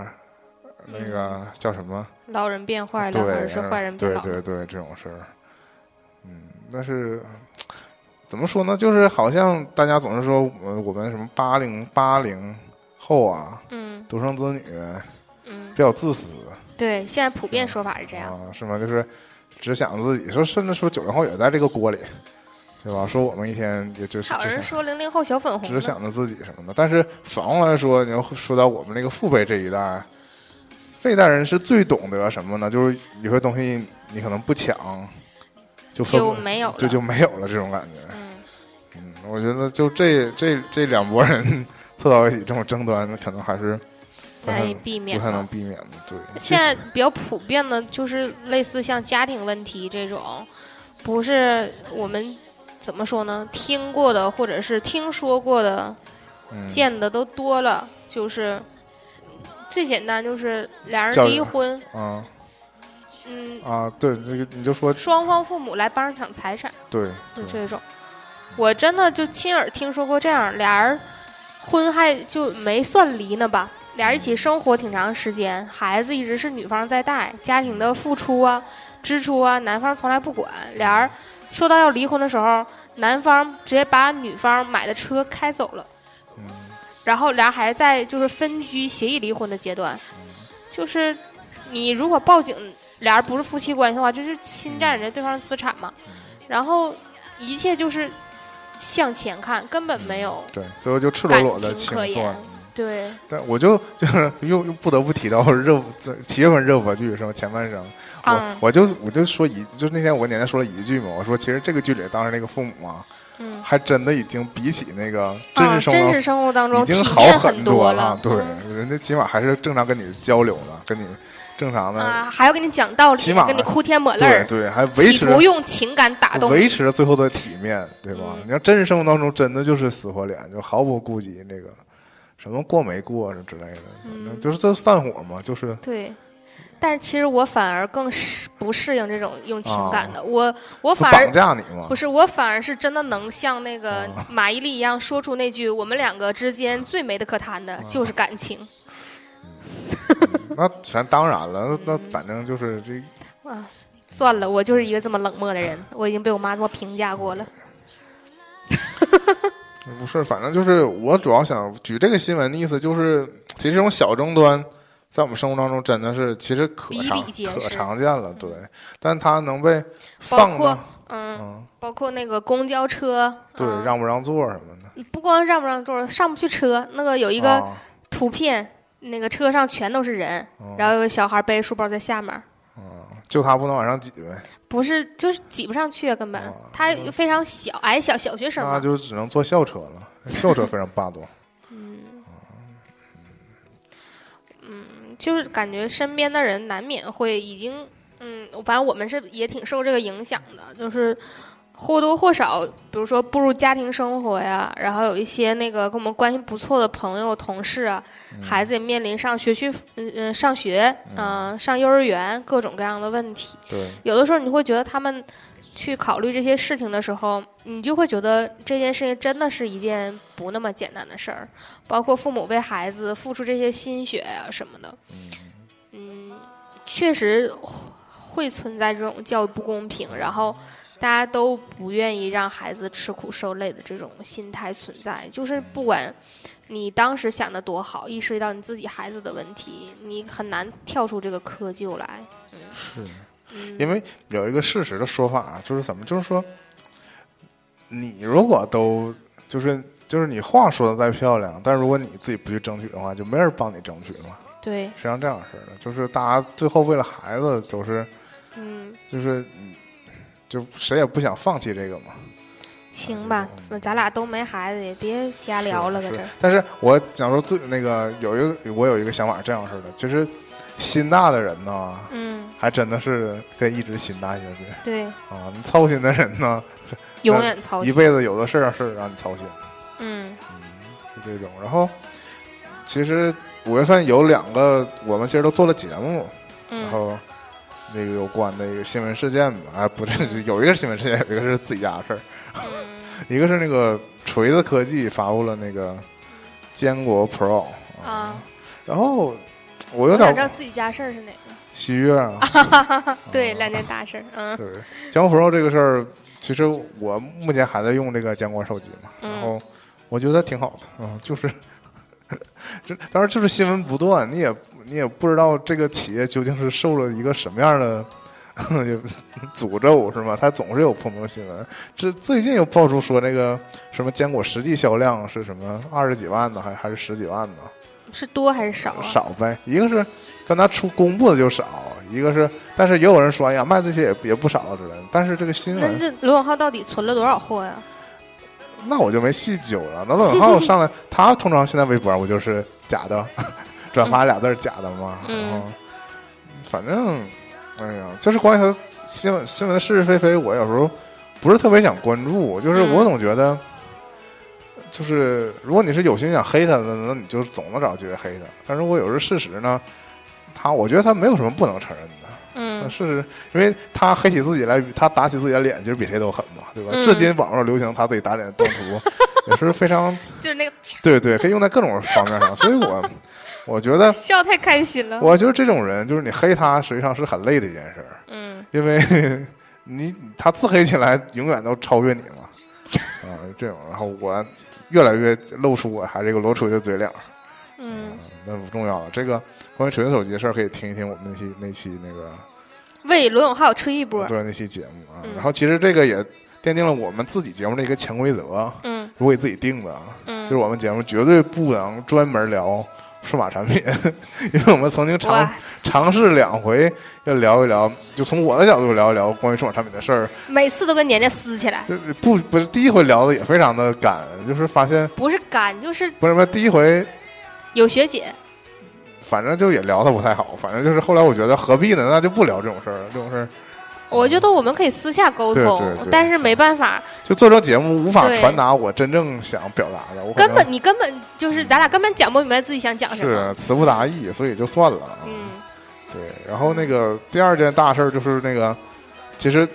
那个叫什么？
老人变坏了，
对，嗯
或者是坏人变
对
老
对
了。
对，这种事儿，嗯，但是怎么说呢？就是好像大家总是说我我们什么八零八零后啊，
嗯
独生子女
嗯
比，较自私
对，现在普遍说法是这样。
啊，是吗？就是只想自己，说甚至说九零后也在这个锅里，对吧？说我们一天也就是
还有
只
人
想
说零零后小粉红
只
呢，
想着自己什么的。但是反过来说，你要说到我们这个父辈这一代，这一代人是最懂得什么呢？就是有些东西你可能不抢，就分
就没有了
这就没有了这种感觉。
嗯，
嗯， *laughs* 我觉得就这这这两拨人凑到一起，这种争端可能还是不太
难以避免
不太能
吧。
避免的。对，
现在比较普遍的就是类似像家庭问题这种，不是我们怎么说呢？听过的或者是听说过的、
嗯
见的都多了，就是最简单就是俩
教
人
育
离婚，
啊
嗯，
啊，对这个你就说
双方父母来帮着抢财产。
对
就
对
这种，我真的就亲耳听说过这样，俩人婚还就没算离呢吧，俩人一起生活挺长时间，孩子一直是女方在带，家庭的付出啊、支出啊，男方从来不管。俩人说到要离婚的时候，男方直接把女方买的车开走了，
嗯
然后俩人还在就是分居协议离婚的阶段，就是你如果报警，俩人不是夫妻关系的话，就是侵占人家对方的资产嘛。然后一切就是向前看，根本没有
对，最后就赤裸
感
裸的
情
清
可言
算。。
对，
但我就就是 *laughs* 又又不得不提到热舞这七月份热播剧是吧？前半生，我
嗯
我就我就说一，就是那天我奶奶说了一句嘛，我说其实这个剧里当时那个父母啊，
嗯，
还真的已经比起那个真
啊，
实生
真
活啊
实生活当中
已
体
经好
面
多
多
了，对
嗯，
人家起码还是正常跟你交流的，跟你正常的，
啊，还要跟你讲道理
起码，
跟你哭天抹泪
对
儿，
对，还维
企
持
图用情感打动
维
你。
持最后的体面，对吧？
嗯
你要真实生活当中真的就是死活脸，就毫不顾及那个什么过没过啊之类的，反
嗯
正就是这散伙嘛，就是
对。但是其实我反而更适不适应这种用情感的，我我
就
反而
啊绑架你嘛
不，是，我反而是真的能像那个
啊
马伊琍一样说出那句：“我们两个之间最没得可谈的就是感情。
那全当然了，那那反正就是这，”
啊，算了，我就是一个这么冷漠的人，我已经被我妈这么评价过了。
不是，反正就是我主要想举这个新闻的意思就是，其实这种小争端在我们生活当中真的是其实可
比
常
比皆
可
是嗯
常见了，对，但它能被
包
放
括
到
嗯，
嗯，
包括那个公交车，
对，
嗯
让不让座什么的，
不光让不让座，上不去车。那个有一个
啊
图片，那个车上全都是人，然后有个小孩背着书包在下面儿。
就他不能往上挤呗，
不是，就是挤不上去啊，根本、
啊
他非常小，矮小小学生嘛
那，就只能坐校车了，校车非常
*laughs*
霸道。
就是感觉身边的人难免会已经，嗯，反正我们是也挺受这个影响的，就是或多或少，比如说步入家庭生活呀，然后有一些那个跟我们关系不错的朋友、同事啊，孩子也面临上学区，嗯嗯，上学，嗯、上幼儿园各种各样的问题。
对，
有的时候你会觉得他们去考虑这些事情的时候，你就会觉得这件事情真的是一件不那么简单的事儿，包括父母为孩子付出这些心血啊什么的，嗯，确实会存在这种教育不公平，然后。大家都不愿意让孩子吃苦受累的这种心态存在，就是不管你当时想的多好，一涉及到你自己孩子的问题，你很难跳出这个窠臼来。
是
嗯，
因为有一个事实的说法啊，就是怎么，就是说，你如果都就是就是你话说的再漂亮，但如果你自己不去争取的话，就没人帮你争取嘛。
对，
实际上这样式的，就是大家最后为了孩子，都是
嗯，
就是嗯就谁也不想放弃这个嘛。
行吧，咱俩都没孩子，也别瞎聊了，搁
嗯
这
是
儿。
但是我想说最那个有一个我有一个想法是这样式的，就是心大的人呢，
嗯，
还真的是可以一直心大下去
对，
啊。你操心的人呢，
永远操
一
心。
辈子有的事儿事儿让你操心，
嗯
是这种。然后，其实五月份有两个我们其实都做了节目，然
嗯
后那个有关的一个新闻事件嘛， *laughs* 啊，不是有一个新闻事件，有一个是自己家的事儿，
嗯
*laughs* 一个是那个锤子科技发布了那个坚果 Pro，
啊，
然后我有
我想知道
点
自己家事儿是哪个。
喜悦啊，
对，两件大事儿。嗯
对，坚果 Pro 这个事儿，其实我目前还在用这个坚果手机嘛，
嗯
然后我觉得挺好的，嗯，就是，这当然就是新闻不断，你也你也不知道这个企业究竟是受了一个什么样的 *laughs* 诅咒，是吗？它总是有泡沫新闻，这最近又爆出说那个什么坚果实际销量是什么二十几万呢，还还是十几万呢？
是多还是少啊？
少呗，一个是刚才出公布的就少，一个是，但是也有人说，哎呀，卖这些也也不少之类的。但是这个新
那
闻，
这罗永浩到底存了多少货呀？
那我就没细究了。那罗永浩上来，他通常现在微博不就是假的，转发俩字儿假的嘛。
嗯
然后反正，哎呀，就是关于他新闻新闻的是是非非，我有时候不是特别想关注，就是
嗯
我总觉得，就是如果你是有心想黑他的，那你就总能找机会黑他。但如果有时候事实呢，他我觉得他没有什么不能承认的。那
嗯
事实，啊因为他黑起自己来，他打起自己的脸，其实比谁都狠嘛，对吧？
嗯
至今网上流行他自己打脸的动图，也是非常
就是那个啪
对对，可以用在各种方面上。所以我我觉得，
笑太开心了。
我觉得这种人就是你黑他，实际上是很累的一件事儿，
嗯
因为你他自黑起来永远都超越你嘛。啊、这种，然后我越来越露出我还是一个罗锤的嘴脸儿，
嗯，
那不重要了。这个关于锤子手机的事儿，可以听一听我们那期那期那个
为罗永浩吹一波。
对那期节目啊。
嗯
然后其实这个也奠定了我们自己节目的一个潜规则，
嗯
我给自己定的啊，
嗯，
就是我们节目绝对不能专门聊数码产品， *laughs* 因为我们曾经尝
哇，
尝试两回要聊一聊，就从我的角度聊一聊关于数码产品的事儿，
每次都跟年年撕起来，
就是不不是第一回聊的也非常的赶，就是发现
不是干就是
不是不是第一回。
有学姐。
反正就也聊的不太好，反正就是后来我觉得何必呢？那就不聊这种事儿了，这种事儿
我觉得我们可以私下沟
对
通，
对对
但是没办法，
就做成节目无法
对
传达我真正想表达的，我可
根
能
本你根本就是咱俩根本讲不明白自己想讲什
是
么。
词不达意，所以就算了。
嗯
对，然后那个第二件大事儿就是那个，其实呃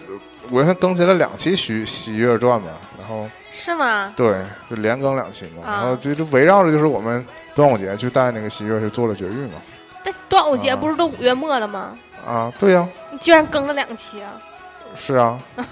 我原先更新了两期《喜喜悦传》嘛，然后，
是吗？
对，就连更两期嘛，
啊
然后就就围绕着就是我们端午节去带那个喜悦去做了绝育嘛。
但端午节
啊
不是都五月末了吗？
啊，对呀、
你居然更了两期啊！
是
*laughs*
啊，啊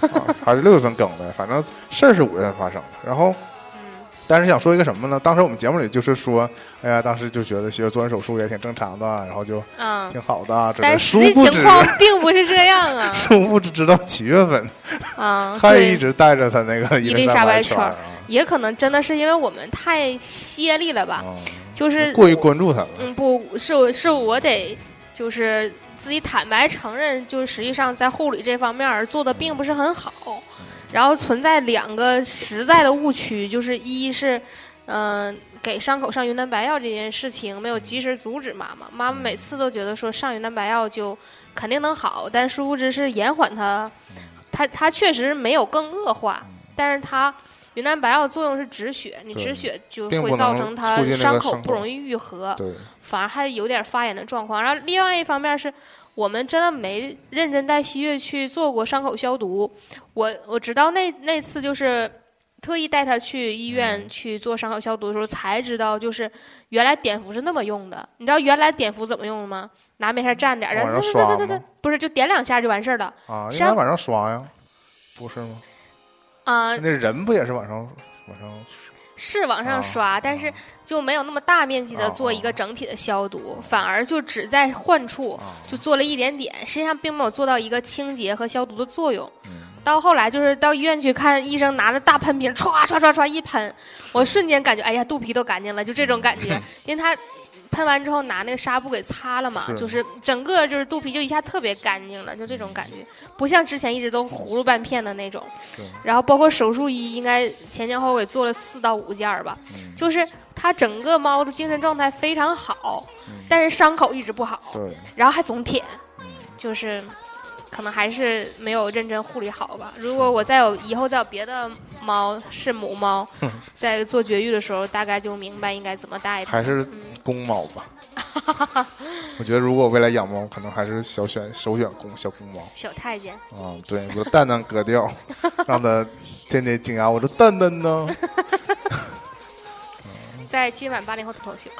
还是六月份更的，反正事儿是五月份发生的。然后，
嗯
但是想说一个什么呢？当时我们节目里就是说，哎呀，当时就觉得喜悦做完手术也挺正常的，然后就
嗯，
挺好的，这
但
个
是
殊
实际
不知
情，况并不是这样啊
殊不知直到七月份
*laughs* 啊！
他也一
对，
直带着他那个
伊
丽
丽莎白
圈
圈
儿
儿也可能真的是因为我们太犀利了
啊，
吧，
嗯
就是
过于关注他了。
嗯，不是我，是我得就是自己坦白承认，就是实际上在护理这方面儿做的并不是很好，
嗯
然后存在两个实在的误区，就是一是，嗯、给伤口上云南白药这件事情没有及时阻止妈妈，妈妈
嗯
每次都觉得说上云南白药就肯定能好，但殊不知是延缓它，
嗯
它它确实没有更恶化，但是它云南白药作用是止血，你
对
止血就
并
会
不
造
能
成
促
它
进那个
伤口
伤
不
口
容易愈合，
对，
反而还有点发炎的状况。然后另外一方面是我们真的没认真带西月去做过伤口消毒。我我直到那那次就是特意带他去
嗯
医院去做伤口消毒的时候，才知道就是原来碘伏是那么用的。你知道原来碘伏怎么用的吗？拿棉签蘸点儿，然
往
后
上
滋滋
刷
滋滋滋
吗
不是就点两下就完事儿了。
啊，应
山
该晚上刷呀，不是吗？
啊、
那人不也是晚上晚上
是往
啊
上刷，但是
啊
就没有那么大面积的
啊
做一
啊
个整体的消毒，反而就只在患处
啊
就做了一点点，实际上并没有做到一个清洁和消毒的作用
嗯。
到后来就是到医院去看医生，拿着大喷瓶唰唰唰唰一喷，我瞬间感觉哎呀肚皮都干净了，就这种感
嗯
觉， *laughs* 因为他喷完之后拿那个纱布给擦了嘛，
对
就是整个就是肚皮就一下特别干净了，就这种感觉，不像之前一直都糊噜半片的那种
对。
然后包括手术衣，应该前前后后给做了四到五件儿吧，
嗯
就是它整个猫的精神状态非常好
嗯，
但是伤口一直不好，
对，
然后还总舔
嗯，
就是可能还是没有认真护理好吧。如果我再有以后再有别的猫是母
*laughs*
猫，在做绝育的时候，大概就明白应该怎么带它。
还是
嗯
公猫
*laughs*
吧。我觉得如果未来养猫，可能还是小选首选公小公猫
小太监，
啊。对，我的蛋蛋割
*laughs*
掉，让它天天惊讶我的蛋蛋呢。
在今晚八零后
*laughs*
脱口秀，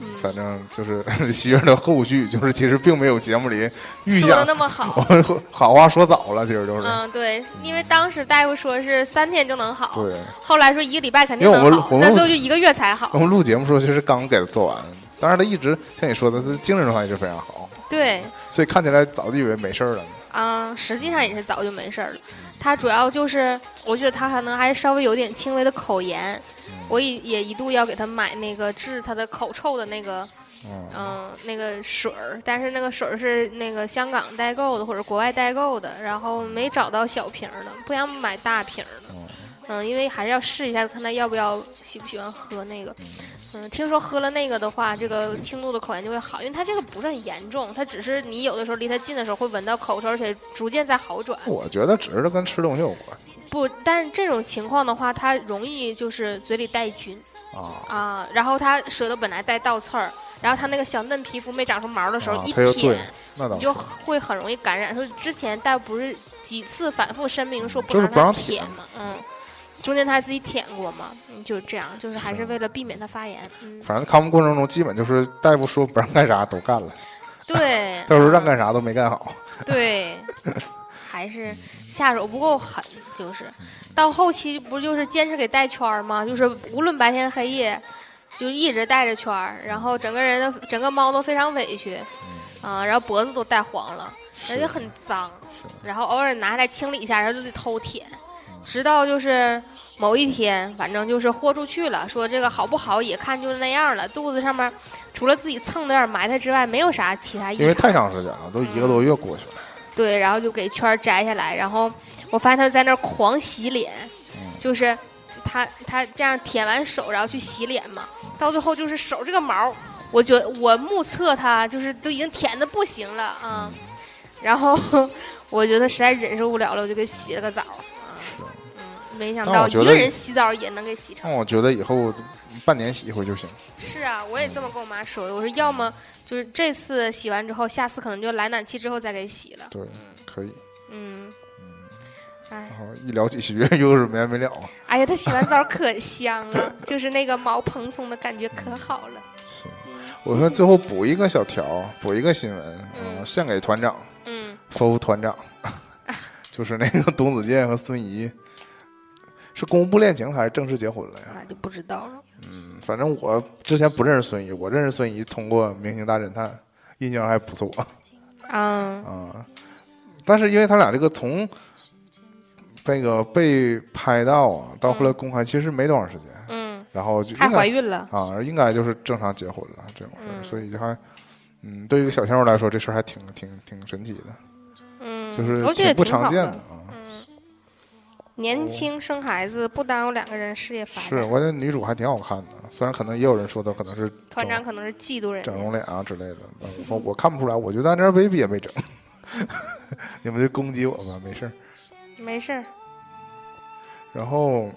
嗯
反正就是 *laughs* 喜悦的后续，就是其实并没有节目里预
说的
想
那
*laughs*
么好。
我好话说早了，其实就是、
嗯，对，因为当时大夫说是三天就能好，
对。
后来说一个礼拜肯定
因为我
能
们
好，
我们
那最后就一个月才好
我。们录节目时候就是刚给他做完，当然他一直像你说的，他精神状态一直非常好，
对，
所以看起来早就以为没事儿了呢。
嗯，实际上也是早就没事儿了。他主要就是，我觉得他可能还稍微有点轻微的口炎，我也也一度要给他买那个治他的口臭的那个，
嗯，
嗯，那个水儿，但是那个水儿是那个香港代购的或者国外代购的，然后没找到小瓶儿的，不想买大瓶儿的
哦。
嗯，因为还是要试一下，看他要不要喜不喜欢喝那个。嗯，听说喝了那个的话，这个轻度的口炎就会好，因为它这个不是很严重，它只是你有的时候离它近的时候会闻到口臭，而且逐渐在好转。
我觉得只是跟吃东西有关
不，但这种情况的话，它容易就是嘴里带菌
啊。
啊，然后它舌头本来带倒刺儿，然后它那个小嫩皮肤没长出毛的时候、
啊
一
它又
舔
对，那倒
你就会很容易感染。说之前但不是几次反复声明说不
就是
让
不让
它
舔
舔嘛，嗯，中间他还自己舔过嘛，嗯就是这样，就是还
是啊
是为了避免它发炎。
*laughs*
嗯，
反正康复过程中，基本就是大夫说不让干啥都干了，
对，
到时候
嗯
让干啥都没干好。 *laughs*
对，还是下手不够狠，就是
嗯
到后期不就是坚持给带圈儿吗？就是无论白天黑夜，就一直带着圈儿，然后整个人的整个猫都非常委屈，
嗯
啊、然后脖子都带黄了，而且很脏，然后偶尔拿下来清理一下，然后就得偷舔。
嗯
直到就是某一天，反正就是豁出去了，说这个好不好也看就是那样了。肚子上面除了自己蹭的有点埋汰之外，没有啥其他异
因
常。
为太长时间了，都一个多月过去了。
对，然后就给圈儿摘下来，然后我发现他在那儿狂洗脸，
嗯
就是他他这样舔完手，然后去洗脸嘛，到最后就是手这个毛儿，我觉我目测他就是都已经舔的不行了啊、
嗯
*laughs* 然后我觉得实在忍受不了了，我就给洗了个澡儿啊，嗯，没想
但
到
我
一
觉
个
得嗯
人洗澡也能给洗成
但。我觉得以后半年洗一回就行。
是啊，我也这么跟我妈说的，我说要么就是这次洗完之后，下次可能就来暖气之后再给洗了，
对，可以。
嗯，哎。
然后一聊起喜悦，又是没完没了啊。
哎呀，它洗完澡可香了， *laughs* 就是那个毛蓬松的感觉可好了。
我们最后补一个小条，补一个新闻啊、
嗯
呃献给团长，
嗯，
副团
*laughs*
长，就是那个董子健和孙怡，是公布恋情还是正式结婚了呀？
那就不知道了。
反正我之前不认识孙怡，我认识孙怡通过《明星大侦探》，印象还不错啊、
嗯
但是因为他俩这个从那个被拍到啊，到后来公开，其实没多长时间，
嗯，
然后就
还
应该
怀孕了。
啊，应该就是正常结婚了这种事儿，
嗯
所以就还，嗯，对于一个小鲜肉来说，这事儿还挺挺挺神奇的，
嗯，
就是
我觉得
挺不
挺好
常见的
的。
啊。
嗯，年轻生孩子不耽误两个人事业发
是，
展。
我觉得女主还挺好看的，虽然可能也有人说她可能是
团长
整
可能是嫉妒人
整
家，
容脸啊之类的，但我我看不出来，我觉得 Angelababy 也没整。 *laughs* 你们就攻击我吧，没事儿。
没事儿。
然后，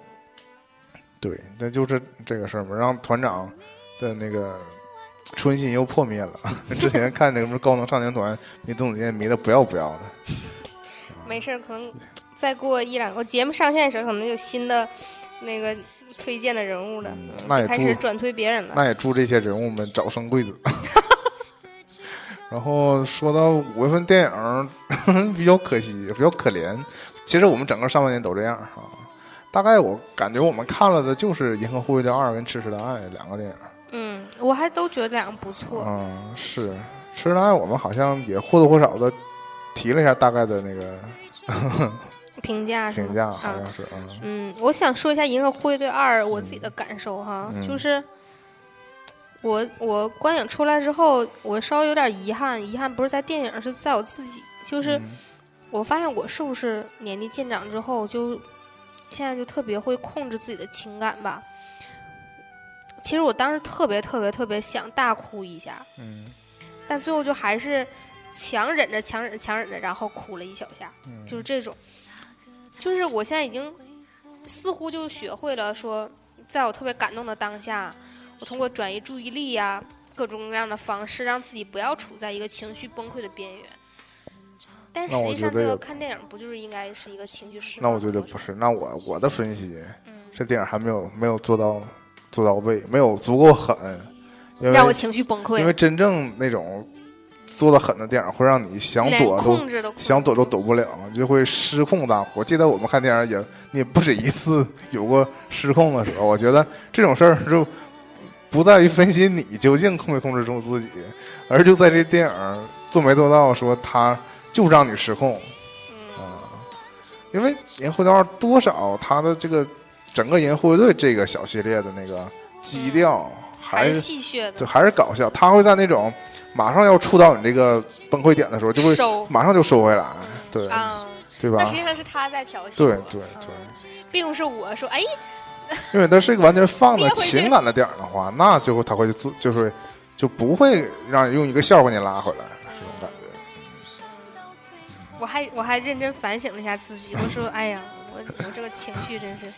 对，那就是这个事儿嘛，让团长的那个春心又破灭了。 *laughs* 之前看那个什么高能少年团，迷邓紫棋迷的不要不要的。
没事儿，可能再过一两个节目上线的时候，可能有新的那个推荐的人物了，
嗯
嗯
那也
就开
祝
始转推别人了。
那也祝这些人物们早生贵子。 *laughs* 然后说到五月份电影 *laughs* 比较可惜，比较可怜。其实我们整个上半年都这样啊。大概我感觉我们看了的就是《银河护卫队二》跟《痴痴的爱》两个电影
嗯，我还都觉得两个不错。
啊、是《痴痴的爱》，我们好像也或多或少的提了一下大概的那个
评价是
嗯
吗
评价，
啊
好像是啊。
嗯，我想说一下《银河护卫队二》我自己的感受哈，
嗯
就是我我观影出来之后，我稍微有点遗憾，遗憾不是在电影，是在我自己，就是
嗯
我发现我是不是年纪渐长之后就现在就特别会控制自己的情感吧。其实我当时特别特别特别想大哭一下，
嗯
但最后就还是强忍着、强忍着、强忍着，然后哭了一小下，
嗯
就是这种。就是我现在已经似乎就学会了说，在我特别感动的当下，我通过转移注意力呀、各种各样的方式，让自己不要处在一个情绪崩溃的边缘。但实
那我
际
觉
上，
得
这个
有
看电影不就是应该是一个情绪释
那
放
我
的过
觉
程？
得不是，那我我的分析，
嗯，
这电影还没有没有做到做到位，没有足够狠，因为
让我情绪崩溃
因为真正那种做的狠的电影，会让你想
连
躲都
控制都控制嗯
想躲都躲不了，你就会失控大哭。我记得我们看电影也，你也不止一次有过失控的时候。我觉得这种事儿就不在于分析你究竟控没控制住自己，而就在这电影做没做到，说他就让你失控啊、因为《银护道》多少他的这个整个《银护卫队》这个小系列的那个基调。
嗯还
还
是戏谑的
就还是搞笑，他会在那种马上要触到你这个崩溃点的时候，就会
收
马上就收回来，对
啊。
对吧
那实？际上是他在调戏我，
对对对
嗯并不是我说，哎，
因为它是一个完全放在
憋回去
情感的点儿的话，那就会它会做，就是就不会让用一个笑话给你拉回来，这种感觉。
我还我还认真反省了一下自己，我说，哎呀，我我这个情绪真是，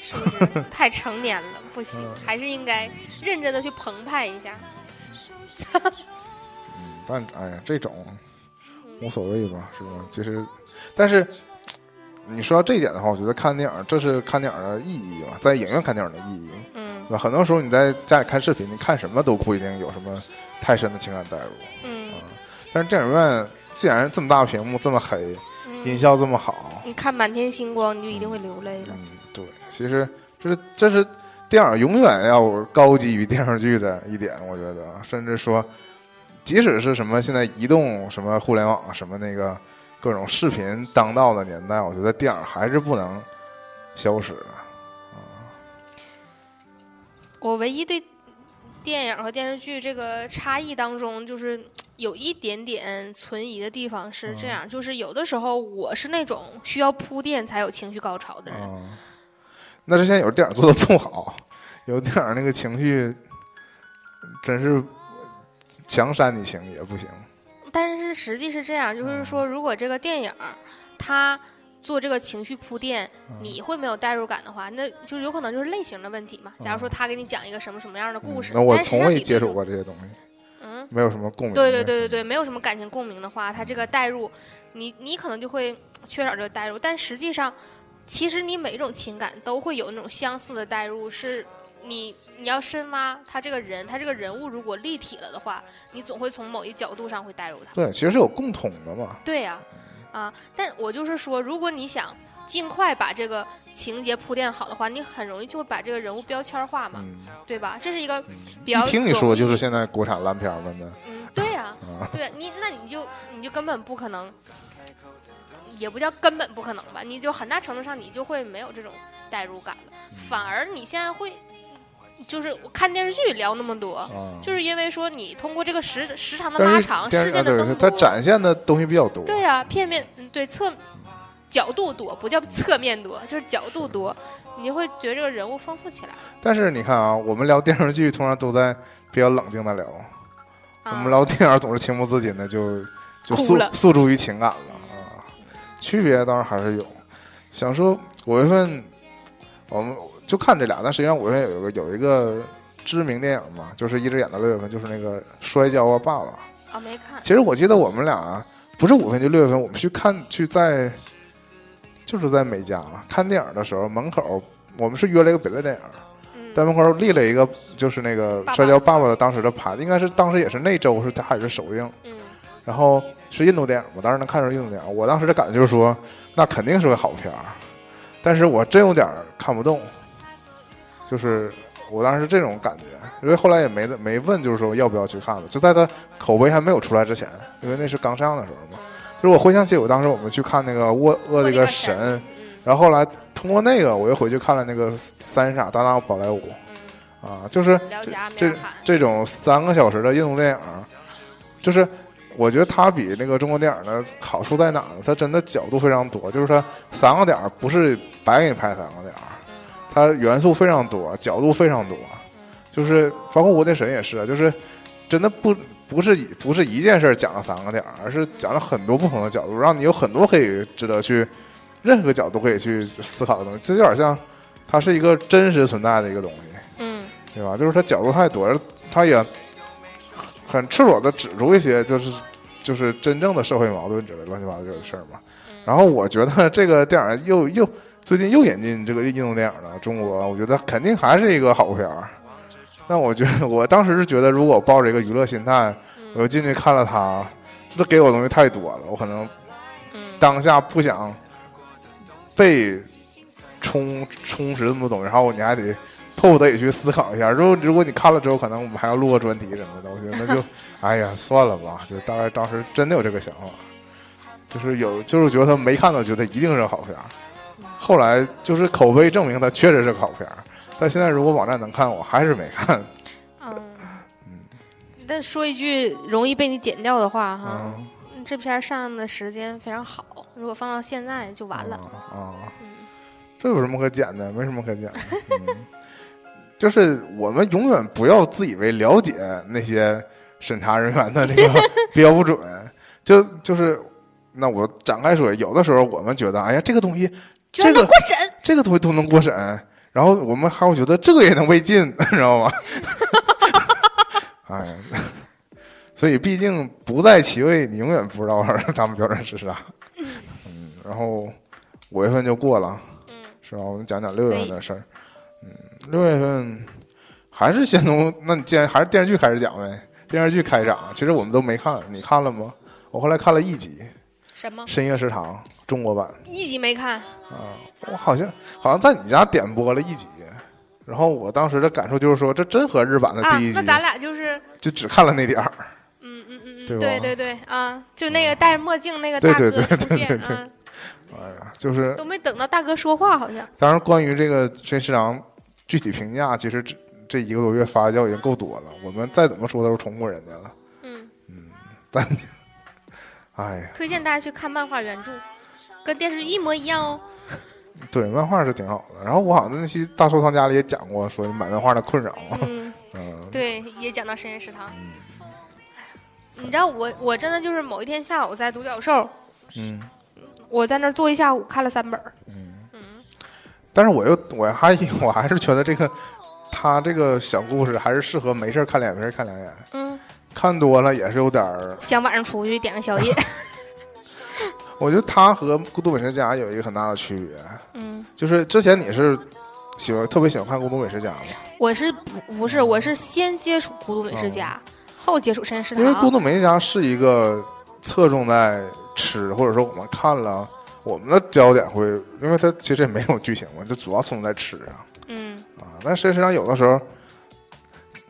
是不是太成年了？不行，
嗯
还是应该认真的去澎湃一下。
但哎呀，这种无所谓吧，是吧？就是，但是你说到这一点的话，我觉得看电影，这是看电影的意义嘛，在影院看电影的意义，
嗯
对吧？很多时候你在家里看视频，你看什么都不一定有什么太深的情感代入，
嗯
但是电影院既然这么大屏幕，这么黑，音
嗯，
效这么好，
你看满天星光，你就一定会流泪了。
嗯，对，其实这是这是电影永远要高级于电视剧的一点，我觉得，甚至说，即使是什么现在移动、什么互联网、什么那个各种视频当道的年代，我觉得电影还是不能消失的。
我唯一对电影和电视剧这个差异当中，就是有一点点存疑的地方是
嗯
这样，就是有的时候我是那种需要铺垫才有情绪高潮的人，
嗯，那之前有电影做的不好，有电影那个情绪真是强煽你情也不行。啊
但是实际是这样，
嗯
就是说，如果这个电影儿它做这个情绪铺垫，
嗯
你会没有代入感的话，那就是有可能就是类型的问题嘛。假如说他给你讲一个什么什么样的故事，
嗯那我
但实际
从
上
未
你
接
对
触过嗯这些东西，
嗯，
没有什么共鸣。
对对对对对，没有什么感情共鸣的话，他这个代入，你你可能就会缺少这个代入。但实际上，其实你每一种情感都会有那种相似的代入，是你你要深挖他这个人，他这个人物如果立体了的话，你总会从某一角度上会代入他。
对，其实是有共同的嘛。
对呀、啊，但我就是说，如果你想尽快把这个情节铺垫好的话，你很容易就会把这个人物标签化嘛，
嗯，
对吧？这是一个比
一
较
听你说就是
容易
现在国产烂片儿们的
嗯，对呀、
*laughs* 啊，
对你那你就你就根本不可能，也不叫根本不可能吧，你就很大程度上你就会没有这种代入感了，反而你现在会就是我看电视剧聊那么多。
啊
就是因为说你通过这个时时长的
但
拉
是
长，
电
事
视啊
件的
对
增
它
多，
展现的东西比较多。
对呀、片面嗯对侧角度多，不叫侧面多，就是角度多，你就会觉得这个人物丰富起来。
但是你看啊，我们聊电视剧通常都在比较冷静的聊，我
啊、
们聊电影总是情不自禁的
*laughs*
就就
哭
诉
了
诉诸于情感了啊。区别当然还是有。想说五月份我们就看这俩，但实际上五月份有一个有一个知名电影嘛，就是一直演到六月份，就是那个《摔跤吧，爸爸》。
啊，没看，
其实我记得我们俩啊不是五月份就六月份，我们去看去在就是在美加看电影的时候，门口我们是约了一个别的电影，
嗯，
在门口立了一个就是那个
爸爸
《摔跤爸爸》的当时的牌，应该是当时也是那周是它也是首映，
嗯，
然后是印度电影，我当时能看出印度电影，我当时的感觉就是说那肯定是个好片儿，但是我真有点儿看不动，就是我当时是这种感觉，因为后来也没没问，就是说要不要去看了，就在他口碑还没有出来之前，因为那是刚上的时候嘛。就是我回想起我当时我们去看那个《 *laughs* 沃恶
我
的一
这
个神
神，》，嗯
然后后来通过那个我又回去看了那个《三傻大闹宝莱坞》
嗯，
啊，就是
了解阿米
这
尔汗，
这种三个小时的印度电影儿，就是我觉得它比那个中国电影的好处在哪呢？它真的角度非常多，就是它三个点儿不是白给你拍三个点儿，它元素非常多，角度非常多，就是包括《我的神》也是，啊，就是真的不不是一不是一件事儿讲了三个点儿，而是讲了很多不同的角度，让你有很多可以值得去任何角度可以去思考的东西，这有点像它是一个真实存在的一个东西。
嗯
对吧？就是他角度太多，而他也很赤裸的指出一些就是就是真正的社会矛盾之类乱七八糟这种事儿嘛。然后我觉得这个电影又又最近又引进这个印度电影了，中国我觉得肯定还是一个好片儿。但我觉得我当时是觉得，如果我抱着一个娱乐心态，我就进去看了它，这都给我的东西太多了，我可能
嗯
当下不想被充充实这么多东西，然后你还得迫不得已去思考一下。如果如果你看了之后，可能我们还要录个专题什么的，我觉 *laughs* 得那就哎呀算了吧，就大概当时真的有这个想法，就是有就是觉得他没看到，觉得一定是好片儿。后来就是口碑证明它确实是个好片儿，但现在如果网站能看，我还是没看。
嗯。但说一句容易被你剪掉的话哈，
嗯，
这片儿上的时间非常好，如果放到现在就完了。
啊、嗯
嗯
这有什么可剪的？没什么可剪的。嗯就是我们永远不要自以为了解那些审查人员的那个 *laughs* 标准，就就是那我展开说，有的时候我们觉得，哎呀，这个东西，
居然
这
能
个
过审，
这个东西都能过审，然后我们还会觉得这个也能被禁，你知道吗？ *laughs* 哎呀， *laughs* 所以毕竟不在其位，你永远不知道他们标准是啥。嗯，然后五月份就过了，
嗯，
是吧？我们讲讲六月份的事儿。嗯，六月份还是先从那你既然还是电视剧开始讲呗。电视剧开场，其实我们都没看，你看了吗？我后来看了一集
什么
《深夜食堂》中国版。
一集没看？
啊，我好像好像在你家点播了一集，然后我当时的感受就是说，这真和日版的
啊
第一，集、
那咱俩就是，
就只看了那点儿。
嗯嗯嗯嗯，
对吧
对对对啊，就那个戴着墨镜那个
对
大哥
对对
出
对对
现
对
啊，
哎呀，就是
都没等到大哥说话，好像
当然关于这个真市场具体评价，其实这这一个多月发酵已经够多了，我们再怎么说都是重复人家了。
嗯，
但，哎呀，
推荐大家去看漫画原著，跟电视剧一模一样哦。
对，漫画是挺好的。然后我好像在那期大收藏家里也讲过，说买漫画的困扰。
嗯，
嗯，
对，也讲到深夜食堂。你知道我我真的就是某一天下午在独角兽，
嗯。
我在那儿坐一下午，看了三本儿。
但是我又我还我还是觉得这个他这个小故事还是适合没事儿看两眼没事儿看两眼，
嗯，
看多了也是有点儿。
想晚上出去点个宵 *laughs* 夜。
我觉得他和《孤独美食家》有一个很大的区别，
嗯，
就是之前你是喜欢特别喜欢看《孤独美食家》吗？
我是不不是我是先接触孤独美食家，后接触深夜食
哦因为《孤
堂。
独美食家》是一个侧重在吃，或者说我们看了我们的焦点会，因为它其实也没有剧情嘛，就主要侧重在吃上。
嗯
啊，但事实上有的时候，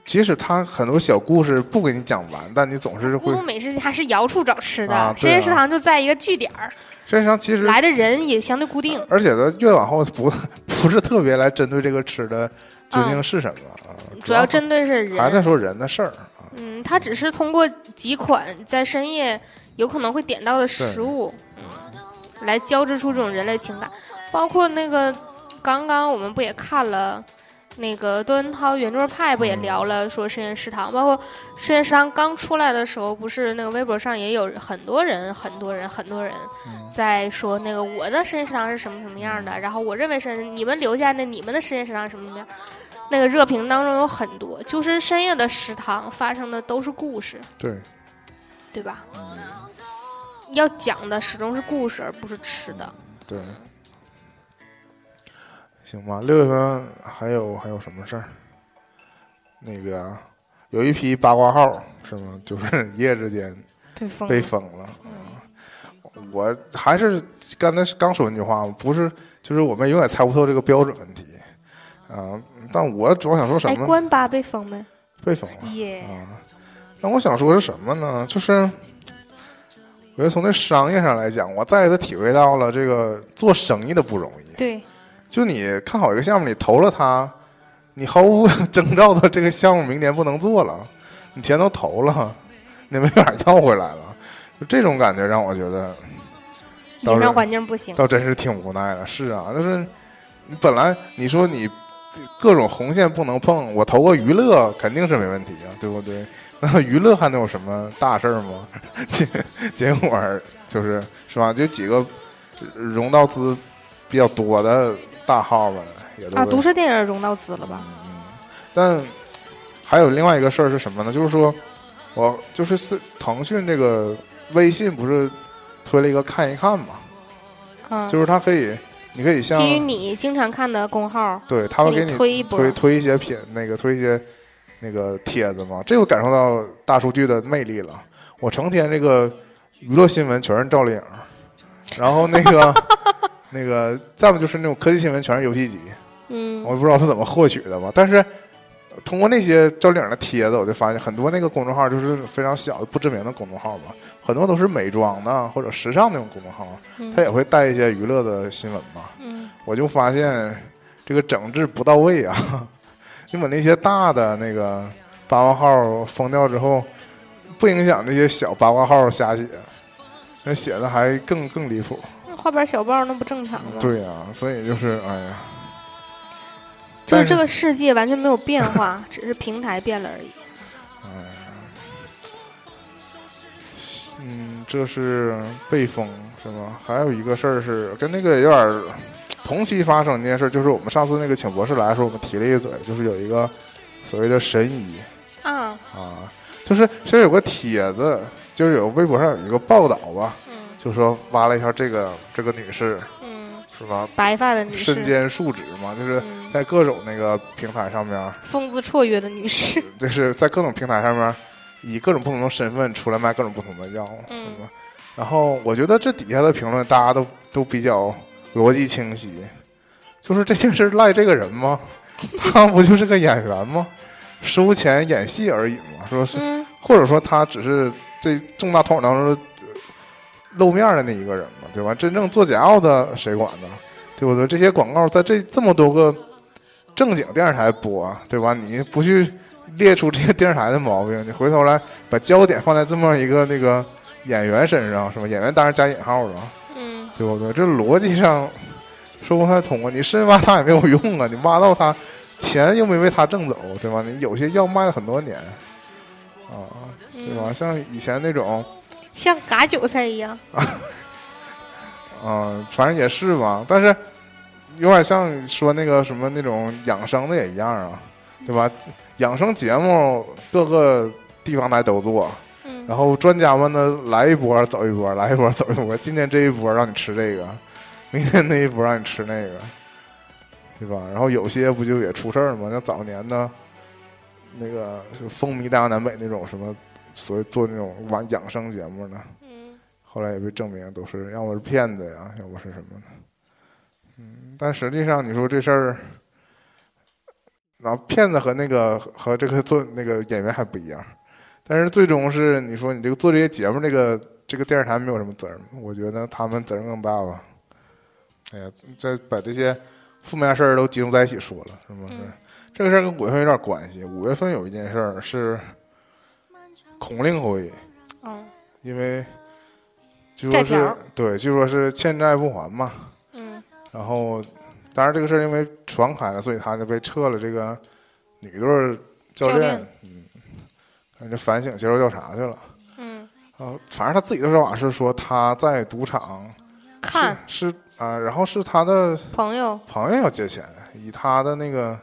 即使他很多小故事不给你讲完，但你总是
孤
会
独。美食家是遥处找吃
啊
的，
对
深夜食
啊
堂就在一个据点儿，
事实上，其实
来的人也相对固定。
而且它越往后不不是特别来针对这个吃的究竟是什么啊，
嗯主要针对是
还在
人，
说人的事儿。啊
嗯，他只是通过几款在深夜有可能会点到的食物，嗯，来交织出这种人类情感，包括那个刚刚我们不也看了。那个窦文涛圆桌派不也聊了，说深夜食堂，包括深夜食堂刚出来的时候，不是那个微博上也有很多人、很多人、很多人在说那个我的深夜食堂是什么什么样的，然后我认为深你们留下那你们的深夜食堂是什么什么样，那个热评当中有很多，就是深夜的食堂发生的都是故事，
对，
对吧？要讲的始终是故事，而不是吃的。
对，行吧。六月份还有还有什么事儿？那个啊有一批八卦号是吗？就是 *laughs* 一夜之间
被封
被封了。嗯，我还是刚才刚说那句话，不是就是我们永远猜不透这个标准问题啊、但我主要想说什
哎，
么呢？
关八被封没？
被封了。
耶、
啊，那我想说是什么呢？就是我觉得从这商业上来讲，我再一次体会到了这个做生意的不容易。
对，
就你看好一个项目，你投了它，你毫无征兆的这个项目明年不能做了，你钱都投了，你没法要回来了，就这种感觉让我觉得到
营
这
商环境不行。
倒真是挺无奈的。是啊，就是你本来你说你各种红线不能碰，我投个娱乐肯定是没问题啊，对不对？ *laughs* 那娱乐还能有什么大事儿吗？ *laughs* 结结果就是是吧？就几个融到资比较多的大号吧，也都
啊，毒舌电影融到资了吧？
但还有另外一个事儿是什么呢？就是说，我就是是腾讯这个微信不是推了一个看一看嘛，
嗯，
就是它可以，你可以像
基于你经常看的公号，
对，他会给你
推一波。
推推一些品，那个推一些那个帖子嘛，这就感受到大数据的魅力了。我成天这个娱乐新闻全是赵丽颖儿，然后那
*laughs*
个那个再不就是那种科技新闻全是游戏机，
嗯
我也不知道他怎么获取的嘛。但是通过那些赵丽颖的帖子，我就发现很多那个公众号就是非常小的不知名的公众号嘛，很多都是美妆的或者时尚那种公众号，
嗯
它也会带一些娱乐的新闻嘛。
嗯，
我就发现这个整治不到位啊！ *laughs* 你把那些大的那个八卦号封掉之后，不影响这些小八卦号瞎写，那写的还更更离谱。
画板小报那不正常吗？
对呀、所以就是哎呀，
就
但
是这
是
个世界完全没有变化，只是平台变了而已。
嗯，这是被封是吗？还有一个事儿是跟那个有点儿同期发生的一件事，就是我们上次那个请博士来的时候，我们提了一嘴，就是有一个所谓的神医
啊，
啊，就是其实有个帖子，就是有微博上有一个报道吧，
嗯
就说挖了一下这个这个女士
嗯，
是吧？
白发的女士
身，兼数职嘛，就是 *laughs*
嗯，
在各种那个平台上面儿，
风姿绰约的女士，
就是在各种平台上面儿，以各种不同的身份出来卖各种不同的药，
嗯
是吧？然后我觉得这底下的评论大家都都比较逻辑清晰，就是这件事儿赖这个人吗？ *laughs* 他不就是个演员吗？收钱演戏而已嘛，说是，
嗯
或者说他只是这重大头脑当中呃露面儿的那一个人嘛，对吧？真正做假药的谁管呢？对不对？这些广告在这这么多个正经电视台播，对吧？你不去列出这些电视台的毛病，你回头来把焦点放在这么一个那个演员身上，是吧？演员当然加引号了，
嗯，
对不对？这逻辑上说不太通啊。你深挖他也没有用啊，你挖到他钱又没为他挣走，对吧？你有些药卖了很多年啊，对吧？
嗯
像以前那种。
像嘎韭菜一样，
嗯，反正也是吧，但是有点像说那个什么那种养生的也一样啊，对吧？养生节目各个地方台都做，
嗯
然后专家们呢来一波走一波，来一波走一波，今天这一波让你吃这个， *laughs* 明天那一波让你吃那个，对吧？然后有些不就也出事儿吗？像早年的，那个就风靡大江南北那种什么，所谓做那种玩养生节目呢，
嗯
后来也被证明都是要么是骗子呀，要么是什么的。嗯，但实际上你说这事儿，然后骗子和那个和这个做那个演员还不一样，但是最终是你说你这个做这些节目，这个这个电视台没有什么责任，我觉得他们责任更大吧。哎呀，再把这些负面事儿都集中在一起说了，是不是？
嗯
这个事儿跟五月份有点关系。五月份有一件事儿是孔令辉，
哦
因为据
债
说
条
是
儿
对，据说是欠债不还嘛。
嗯
然后，当然这个事儿因为传开了，所以他就被撤了这个女队儿教
教
练，
练
嗯，他就反省接受调查去了。
嗯，
啊，反正他自己的说法是说他在赌场
看
是是啊、然后是他的
朋友
朋友要借钱，以他的那个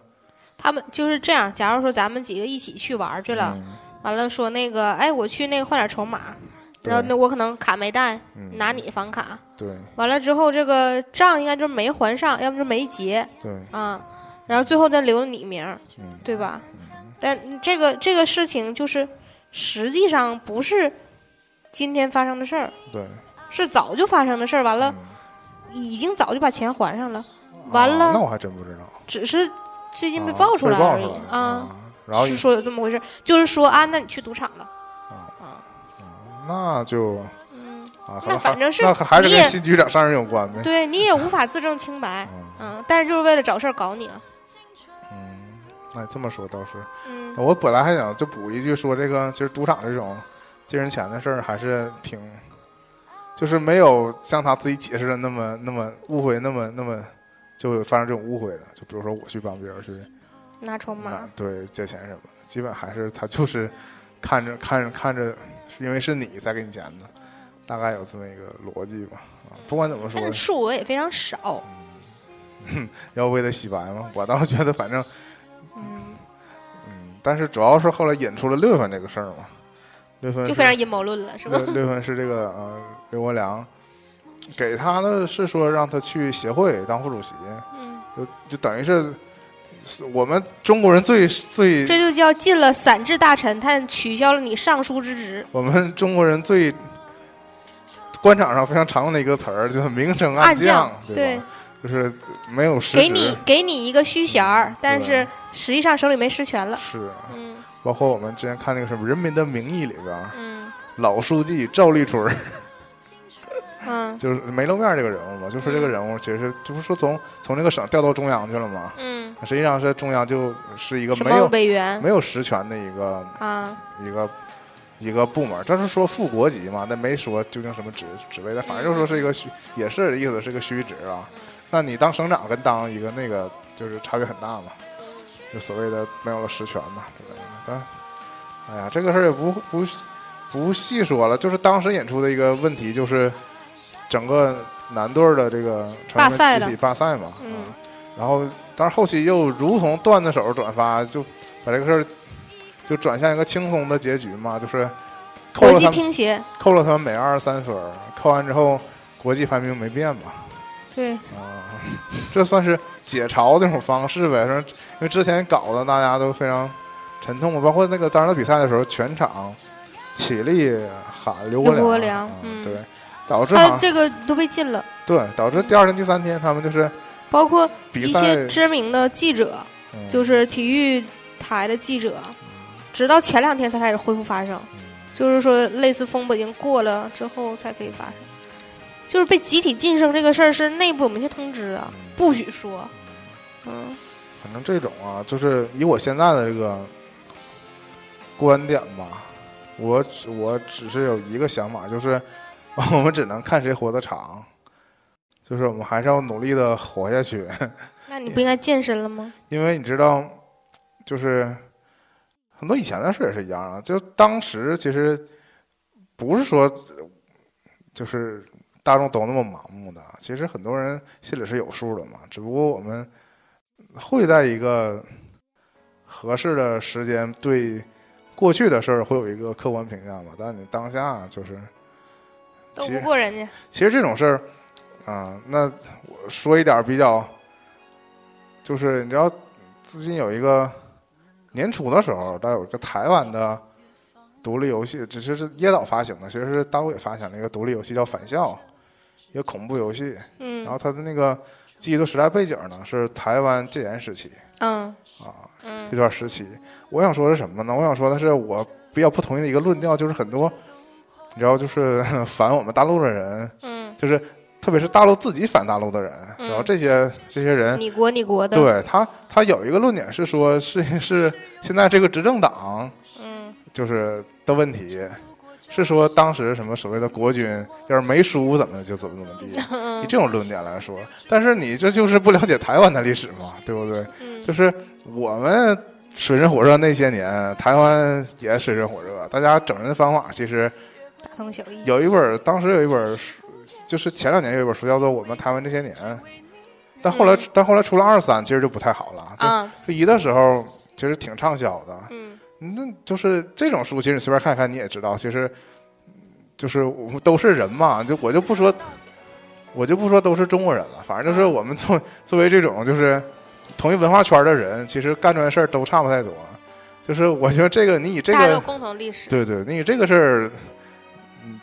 他们就是这样。假如说咱们几个一起去玩儿去了，
嗯
完了说那个，哎，我去那个换点筹码，
对
然后那我可能卡没带，
嗯
拿你房卡。
对
完了之后，这个账应该就是没还上，要不就没结
对
啊，然后最后再留你名儿，
嗯
对吧？但这个这个事情就是实际上不是今天发生的事儿，
对，
是早就发生的事儿。完了
嗯，
已经早就把钱还上了，
啊
完了
那我还真不知道，
只是最近被
啊
爆出来
爆
而
出来
已
了
啊。
然后啊
是说有这么回事儿，就是说啊，那你去赌场了，啊
那就
嗯，
啊，还
那反正是
那还是
你
跟
也
新局长上任有关呗。
对你也无法自证清白，
啊
嗯，但是就是为了找事儿搞你啊，
嗯，那这么说倒是，
嗯
我本来还想就补一句说这个，其实赌场这种借人钱的事儿还是挺，就是没有像他自己解释的那么那么误会那么那么就有发生这种误会的。就比如说我去帮别人去
拿筹
拿
码，
对借钱什么的，基本还是他就是看着看着看着，因为是你才给你钱的，大概有这么一个逻辑吧。啊，不管怎么说
但，是数额也非常少，
要为他洗白吗？我倒是觉得反正
嗯，
嗯，但是主要是后来引出了六月份这个事儿嘛，六月份
就是非常阴谋论了，是吧
六？六月份是这个呃刘国梁给他的是说让他去协会当副主席，
嗯，
就就等于是是我们中国人最最
这就叫进了散治大臣，但取消了你尚书之职。
我们中国人最官场上非常常用的一个词儿，就是明升
暗
降，
降
对吧？就是没有实
给
职，
你给你一个虚衔儿，但
对
是实际上手里没实权了。
是
嗯
包括我们之前看那个什么《人民的名义》里边儿，
嗯
老书记赵立春儿。
嗯
就是梅露面这个人物嘛，就说这个人物其实就是说从从这个省调到中央去了嘛，
嗯，
实际上是中央就是一个
什
没
么
有
委员
没有实权的一个
啊？
一个一个部门，但是说副国级嘛，那没说究竟什么职职位，但反正就说是一个虚，也是意思是个虚职啊。那你当省长跟当一个那个就是差别很大嘛，就所谓的没有了实权嘛之类的。但哎呀，这个事儿也不不不细说了，就是当时引出的一个问题，就是整个男队儿的这个成员
罢赛
集体
了
罢赛嘛，
嗯
啊，然后但是后期又如同段子手转发，就把这个事儿就转向一个轻松的结局嘛，就是扣
国
了
际
他们
乒协，
扣了他们每二十三分儿，扣完之后国际排名没变嘛，
对，
啊，这算是解嘲这种方式呗。说因为之前搞的大家都非常沉痛嘛，包括那个当时到比赛的时候，全场起立喊刘国
刘
梁，
国梁
啊
嗯
对，导致
他
好像
这个都被禁了，
对导致第二天、第三天他们就是
包括
比
一
赛
些知名的记者，
嗯
就是体育台的记者，直到前两天才开始恢复发声，
嗯
就是说类似风波已经过了之后才可以发生，就是被集体晋升这个事儿是内部有明确通知的，不许说，嗯，
反正这种啊，就是以我现在的这个观点吧，我只我只是有一个想法，就是 *laughs* 我们只能看谁活得长，就是我们还是要努力的活下去，
那你不应该健身了吗？
因为你知道，就是很多以前的事也是一样啊，就当时其实不是说就是大众都那么盲目的，其实很多人心里是有数的嘛，只不过我们会在一个合适的时间对过去的事儿会有一个客观评价嘛，但你当下就是。
斗
其
不
实
过人家，
其实这种事儿，啊、那我说一点儿比较，就是你知道，最近有一个年初的时候，它有一个台湾的独立游戏，只是是椰岛发行的，其实是大陆也发行了一个独立游戏叫《返校》，一个恐怖游戏。
嗯
然后它的那个记忆的时代背景呢是台湾戒严时期
嗯
啊，
嗯
这段时期，我想说的是什么呢？我想说的是，我比较不同意的一个论调，就是很多，你知道，就是 *laughs* 反我们大陆的人。
嗯，
就是特别是大陆自己反大陆的人，
嗯
然后这些这些人，
你国你国的，
对他他有一个论点是说，是是现在这个执政党
嗯
就是的问题，是说当时什么所谓的国军要是没输怎么的就怎么怎么地，以
嗯
这种论点来说，但是你这就是不了解台湾的历史嘛，对不对？
嗯
就是我们水深火热那些年，台湾也水深火热，大家整人的方法其实。
大同小异，
有一本儿，当时有一本儿书，就是前两年有一本书叫做《我们台湾这些年》，但后来、
嗯
但后来出了二三，其实就不太好了。就
啊
就一的时候，其实挺畅销的。
嗯
那就是这种书，其实你随便看看你也知道，其实嗯就是我们都是人嘛，就我就不说，我就不说都是中国人了，反正就是
嗯
我们作作为这种就是同一文化圈的人，其实干出来的事儿都差不太多。就是我觉得这个你以这
大家都有
个
共同历史，
对对，你以这个事儿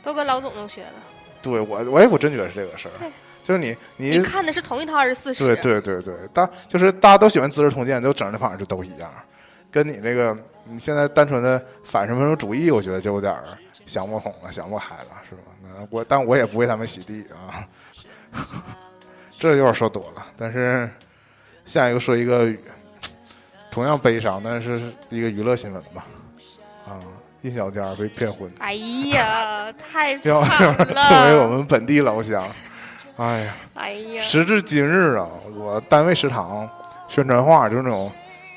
都跟老总都学的，
对我，我也我真觉得是这个事儿
对，
就是你
你
你
看的是同一套二十四
对
史，啊
对对对，大就是大家都喜欢《资治通鉴》，都整的反正就都一样，跟你这个你现在单纯的反什么什么主义，我觉得就有点儿想不通了，想不开了，是吧？那我但我也不为他们洗地啊，这有点说多了。但是下一个说一个同样悲伤，但是是一个娱乐新闻吧，啊，印小佳被骗婚。 *laughs*
哎呀，太惨
要 *laughs* 作为我
了！
们本地老乡，哎呀，
哎呀，
时至今日啊，我单位食堂宣传画就是那种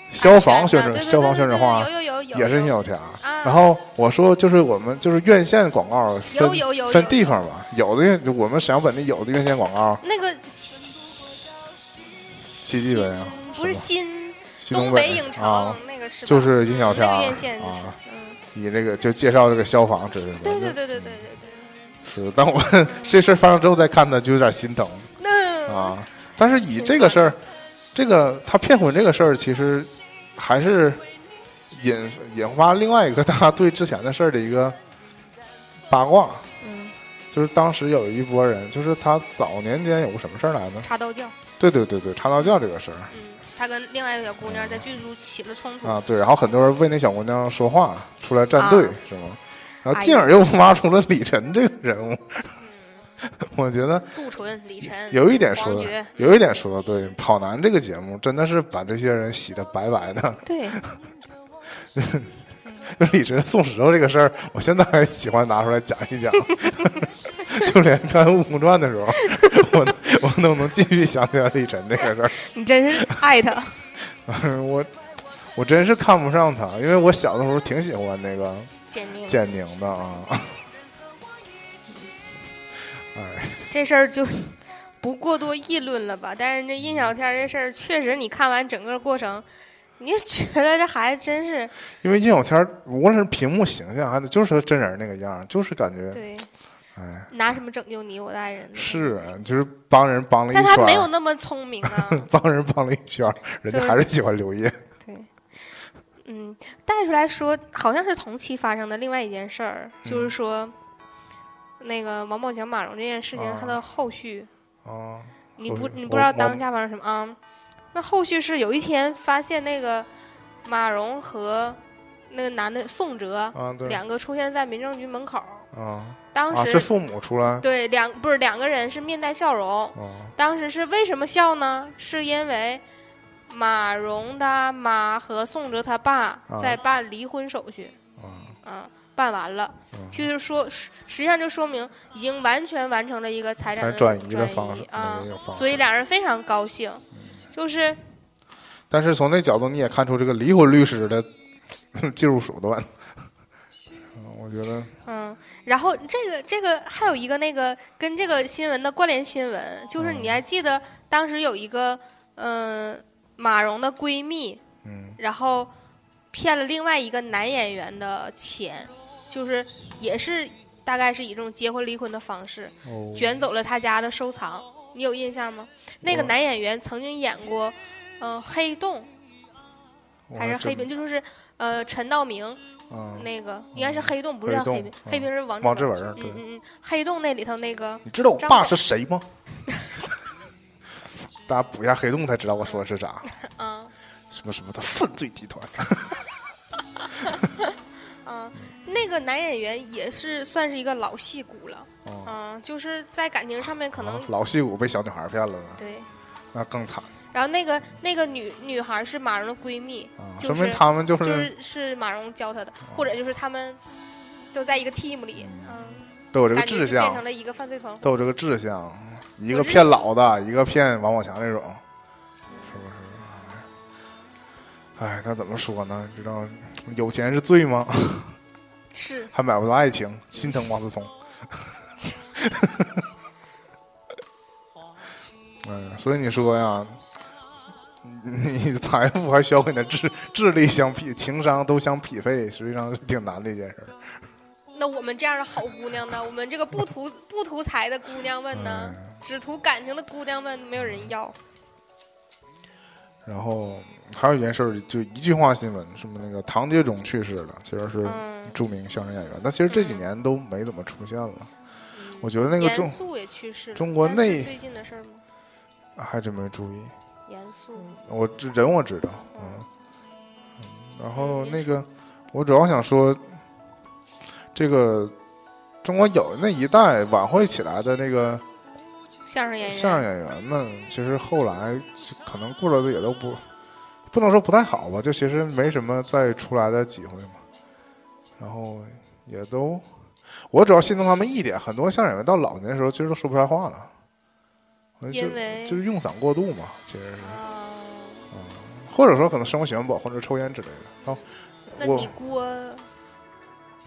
消防宣传、
啊对对对
消防宣传画
对对对有有有有
也是
有
印小条。
啊
然后我说就是我们就是院线广告分
有有有有
分地方吧，有的院我们沈阳本地有的院线广告，
那个西
西济北啊，
不是
吧
新
西
东
东
北影
啊
城，那个是吧
就是印小
那
条
个
啊
院，线就是，嗯，
以这个就介绍这个消防之类的。
对对对对对对对，
是，但我 *laughs* 这事儿发生之后再看呢，就有点心疼。
那
啊，但是以这个事儿，这个他骗婚这个事儿，其实还是引引发另外一个大家对之前的事儿的一个八卦，
嗯，
就是当时有一波人，就是他早年间有个什么事儿来呢？
插刀教，
对对对对，插刀教这个事儿
嗯，他跟另外一个小姑娘在剧组起了冲突，
啊，对，然后很多人为那小姑娘说话，出来站队、
啊
是吗？然后
哎
进
呀
而又挖出了李晨这个人物， *laughs* 我觉得
杜淳、李晨、
*laughs* 有一点说
黄
的
觉，
有一点说的对，《跑男》这个节目真的是把这些人洗的白白的。
对，
就是 *laughs* 李晨送石头这个事儿，我现在还喜欢拿出来讲一讲。 *laughs* 就连看《悟空传》的时候， *laughs* 我我都能继续想起来李晨这个事儿。
你真
*laughs*
是爱他，
我我真是看不上他，因为我小的时候挺喜欢那个
坚
*laughs*
定。
简宁的啊。哎，
这事儿就不过多议论了吧。但是这
嗯
印小天儿这事儿，确实你看完整个过程，你就觉得这孩子真是
因为印小天儿，无论是屏幕形象，还是就是他真人那个样儿，就是感觉
对，
哎
拿什么拯救你我的爱人？
是，啊就是帮人帮了一
但
圈
他没有
儿，
那么聪
*laughs*
明啊。
帮人帮了一圈儿，人家
就是
还是喜欢刘 *laughs* 烨。
对，嗯，带出来说，好像是同期发生的另外一件事儿，就
嗯
是说，那个王宝强马蓉这件事情，它的后续，
啊，
你
后
不
续
你
我
不知道
我
当下发生什么啊？那后续是有一天发现那个马蓉和那个男的宋哲
啊，对，
两个出现在民政局门口，
啊
当
啊，
时、
是父母出来，
对两不是两个人是面带笑容，
啊
当时是为什么笑呢？是因为马蓉他妈和宋哲他爸
啊
在办离婚手续，
啊
啊，办完了，
嗯
就是说，实实际上就说明已经完全完成了一个财产
才
的
转
移
移的方式，
啊
没，有方式。嗯
所以俩人非常高兴，就是
但是从那角度你也看出这个离婚律师的 *laughs* 技术手段。嗯我觉得
嗯，然后这个这个还有一个那个跟这个新闻的关联新闻，就是
嗯
你还记得当时有一个嗯、呃马蓉的闺蜜，
嗯，
然后骗了另外一个男演员的钱，就是也是大概是以这种结婚离婚的方式
哦，
卷走了他家的收藏，你有印象吗？那个
我
男演员曾经演过嗯、呃黑洞
我
还是黑
真
屏，就说是呃陈道明。
啊，
那个应该是黑洞，不是
黑
叫黑
洞
屏，
嗯
黑屏是王
王
志
志
文。
文儿，对
嗯，嗯嗯，黑洞那里头那个
你知道我
张
爸
宝
是谁吗？ *laughs* 大家补一下黑洞才知道我说的是啥，
啊
什么什么的犯罪集团。嗯
啊，那个男演员也是算是一个老戏骨了，
哦，
嗯，就是在感情上面可能
啊老戏骨被小女孩骗了呢，
对。
那更惨
然后那个那个女女孩是马蓉的闺蜜，
啊！
就
说明
是
他们就
就是是马蓉教
哦
她的，或者就是他们都在一个 team 里，嗯，
都有这个
感觉
志
就变成
向，
了一个犯罪团伙。
都有这个志向，一
我
个
是
骗老的，一个骗王宝强这种，是不是？哎，那怎么说呢？知道有钱是罪吗？
是，
还买不到爱情，心疼王思聪。 *laughs* 嗯，所以你说呀，你财富还需要跟你的智智力相匹，情商都相匹配，实际上是挺难的一件事儿。
那我们这样的好姑娘呢？我 *laughs* 们这个不图不图财的姑娘们呢？
嗯
只图感情的姑娘们没有人要。
然后还有一件事儿，就一句话新闻，什么那个唐杰忠去世了，其实是
嗯，
著名相声演员，但其实这几年都没怎么出现了。
嗯
我觉得那个
严
中
肃也去世了，
中国
但是
内
最近的事儿吗？
还真没注意，
严肃，
我知人我知道，嗯，然后
您
那个我主要想说，这个中国有那一代晚会起来的那个
相声演员，
相声演员们，其实后来就可能过得也都不不能说不太好吧，就其实没什么再出来的机会嘛，然后也都。我主要心疼他们一点，很多相声演员到老年的时候，其实都说不出来话了，就
因为
就是用嗓过度嘛，其实是。
啊，
或者说可能生活习惯不好，或者抽烟之类的。然后
那
我
你郭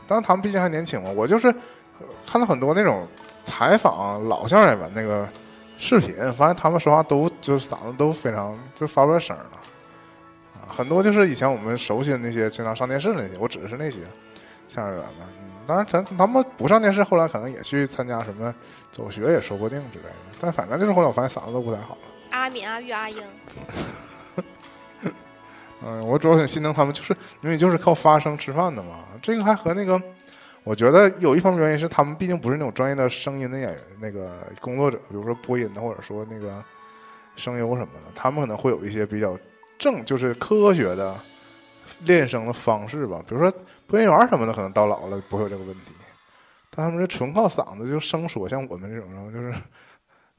当然他们毕竟还年轻嘛，我就是呃看到很多那种采访老相声演员那个视频，发现他们说话都就是嗓子都非常就发不出来声儿了。啊，很多就是以前我们熟悉的那些经常上电视的那些，我指的是那些相声演员们。嗯当然，他他们不上电视，后来可能也去参加什么走学，也说不定之类的。但反正就是后来我发现嗓子都不太好了。
阿敏、阿玉、阿英，
嗯，我主要很心疼他们，就是因为就是靠发声吃饭的嘛。这个还和那个，我觉得有一方面原因是他们毕竟不是那种专业的声音的演员，那个工作者，比如说播音的或者说那个声优什么的，他们可能会有一些比较正，就是科学的练声的方式吧。比如说播音员什么的，可能到老了不会有这个问题，但他们是纯靠嗓子就生说，像我们这种，然后就是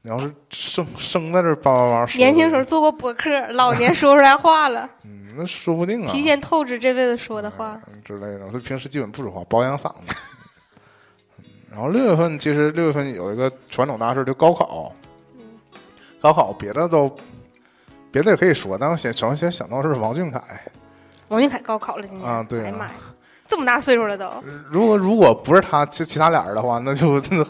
你要是生生在这儿叭叭叭说，
年轻时候做过
*laughs*
博客，老年说不出来话了，
嗯，那说不 *laughs* 定啊，嗯
提前透支这辈子说的话。
啊之类的，所以平时基本不说话，保养嗓子。 *laughs* 嗯然后六月份其实六月份有一个传统大事，就高考。
嗯
高考别的都别的也可以说，但我先首先想到是王俊凯。
王俊凯高考了今年
啊对啊
哎呀妈呀，这么大岁数了都，
如果如果不是他，其其他俩人的话，那就 *laughs*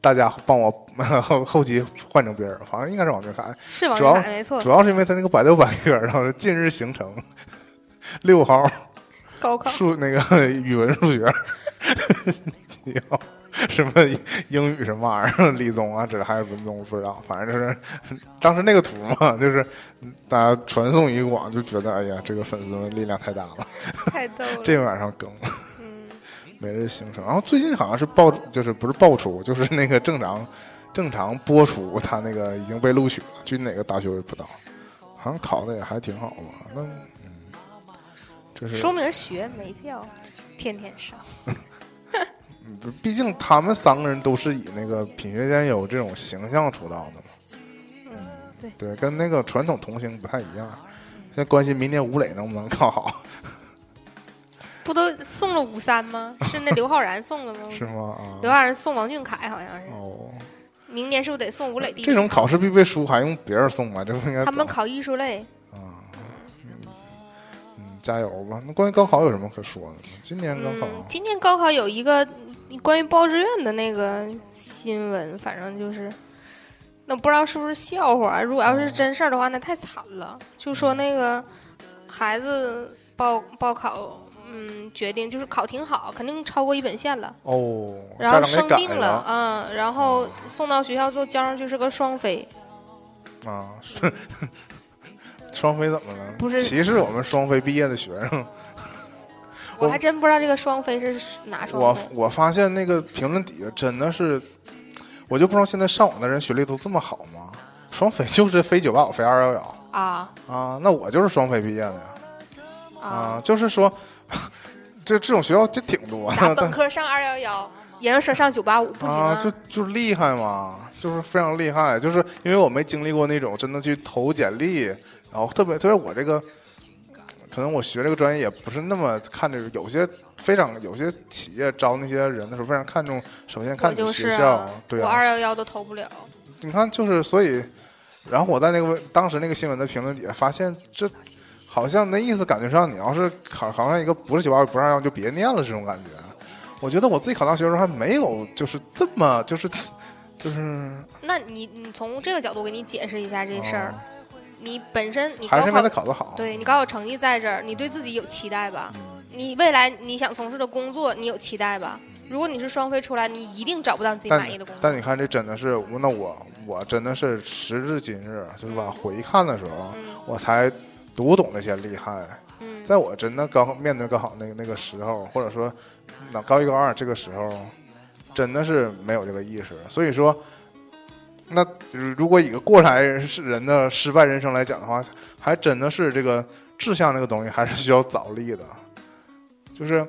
大家帮我 *laughs* 后后期换成别人，反正应该是王俊凯。
是王
主
俊
要
凯没错
主，要是因为他那个百度百科，然后是近日形成 *laughs* 六号
高考
数那个语文、数 *laughs* 学，七号什么英语什么玩意儿，理综啊，这还有文综不知道，反正就是当时那个图嘛，就是大家传送一广，就觉得哎呀，这个粉丝们力量太大了，
*laughs* 太逗了。
这晚上更 *laughs*
嗯，
每日形成。然后最近好像是爆，就是不是爆出，就是那个正常正常播出，他那个已经被录取了，去哪个大学我也不知道，好像考的也还挺好吧？那嗯，就是
说明学没必要天天上。
不是毕竟他们三个人都是以那个品学兼优这种形象出道的嘛。
嗯，对，
对，跟那个传统童星不太一样。现在关心明年吴磊能不能考好，
不都送了五三
*laughs*
吗？是那刘昊然送的吗？
是吗？
刘
啊，
昊然送王俊凯好像是，
哦，
明年是不是得送吴磊第一？
这种考试必备书还用别人送吗？这不应该
他们
早
考艺术类，
啊，嗯，嗯加油吧。那关于高考有什么可说的吗？今年高考，
嗯，今年高考有一个关于报志愿的那个新闻，反正就是，那不知道是不是笑话儿。如果要是真事儿的话，那太惨了。就说那个孩子报报考，嗯，决定就是考挺好，肯定超过一本线了，
哦，
然后
家长
生
给改
病
了哦
嗯，然后送到学校之后交上去是个双非，
啊，是 *laughs* 双非怎么了？
不是
歧视我们双非毕业的学生。
我
我
还真不知道这个双非是哪双
哦我
非。
我发现那个评论底下真的是，我就不知道现在上网的人学历都这么好吗？双非就是非九八五非二幺幺
啊
啊，那我就是双非毕业的呀
啊
啊，！就是说， *laughs* 这这种学校就挺多
打
的，
本
但
科上二幺幺，研究生上九八五不行
啊，就就厉害嘛，就是非常厉害，就是因为我没经历过那种真的去投简历，然后特别特别我这个。可能我学这个专业也不是那么看这个，有些非常有些企业招那些人的时候非常看重，首先看
我
你
就是
学
啊
校，对
我
啊，
二幺幺都投不了。
你看，就是所以，然后我在那个微当时那个新闻的评论底下发现，这好像那意思感觉上，你要是考考上一个不是九八五不让让就别念了这种感觉。我觉得我自己考大学的时候还没有就是这么就是就是
那你你从这个角度给你解释一下这事儿，你本身你
哦嗯还
高
是因为
考
他考得好。
对你高考成绩在这儿，你对自己有期待吧？
嗯
你未来你想从事的工作，你有期待吧？如果你是双非出来，你一定找不到自己
但
满意的工作。
但你看，这真的是我那我我真的是时至今日，就是吧，回看的时候，
嗯
我才读懂这些厉害。
嗯，
在我真的高面对高考那个那个时候，或者说那高一高二这个时候，真的是没有这个意识。所以说，那如果以一个过来人是人的失败人生来讲的话，还真的是这个志向这个东西还是需要早立的。就是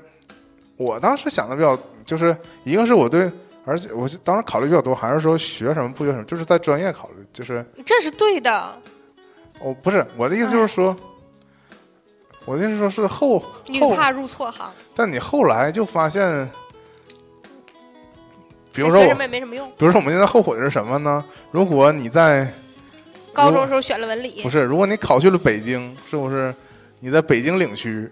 我当时想的比较，就是一个是我对。而且我就当时考虑比较多，还是说学什么不学什么，就是在专业考虑，就是
这是对的。
我不是我的意思就是说，我的意思说是后
女
后
怕入错行，
但你后来就发现，比如
你
说
学
我
什，么也没什么用。
比如说我们现在后悔的是什么呢？如果你在
高中的时候选了文理
不，是，如果你考去了北京，是不是你在北京领区，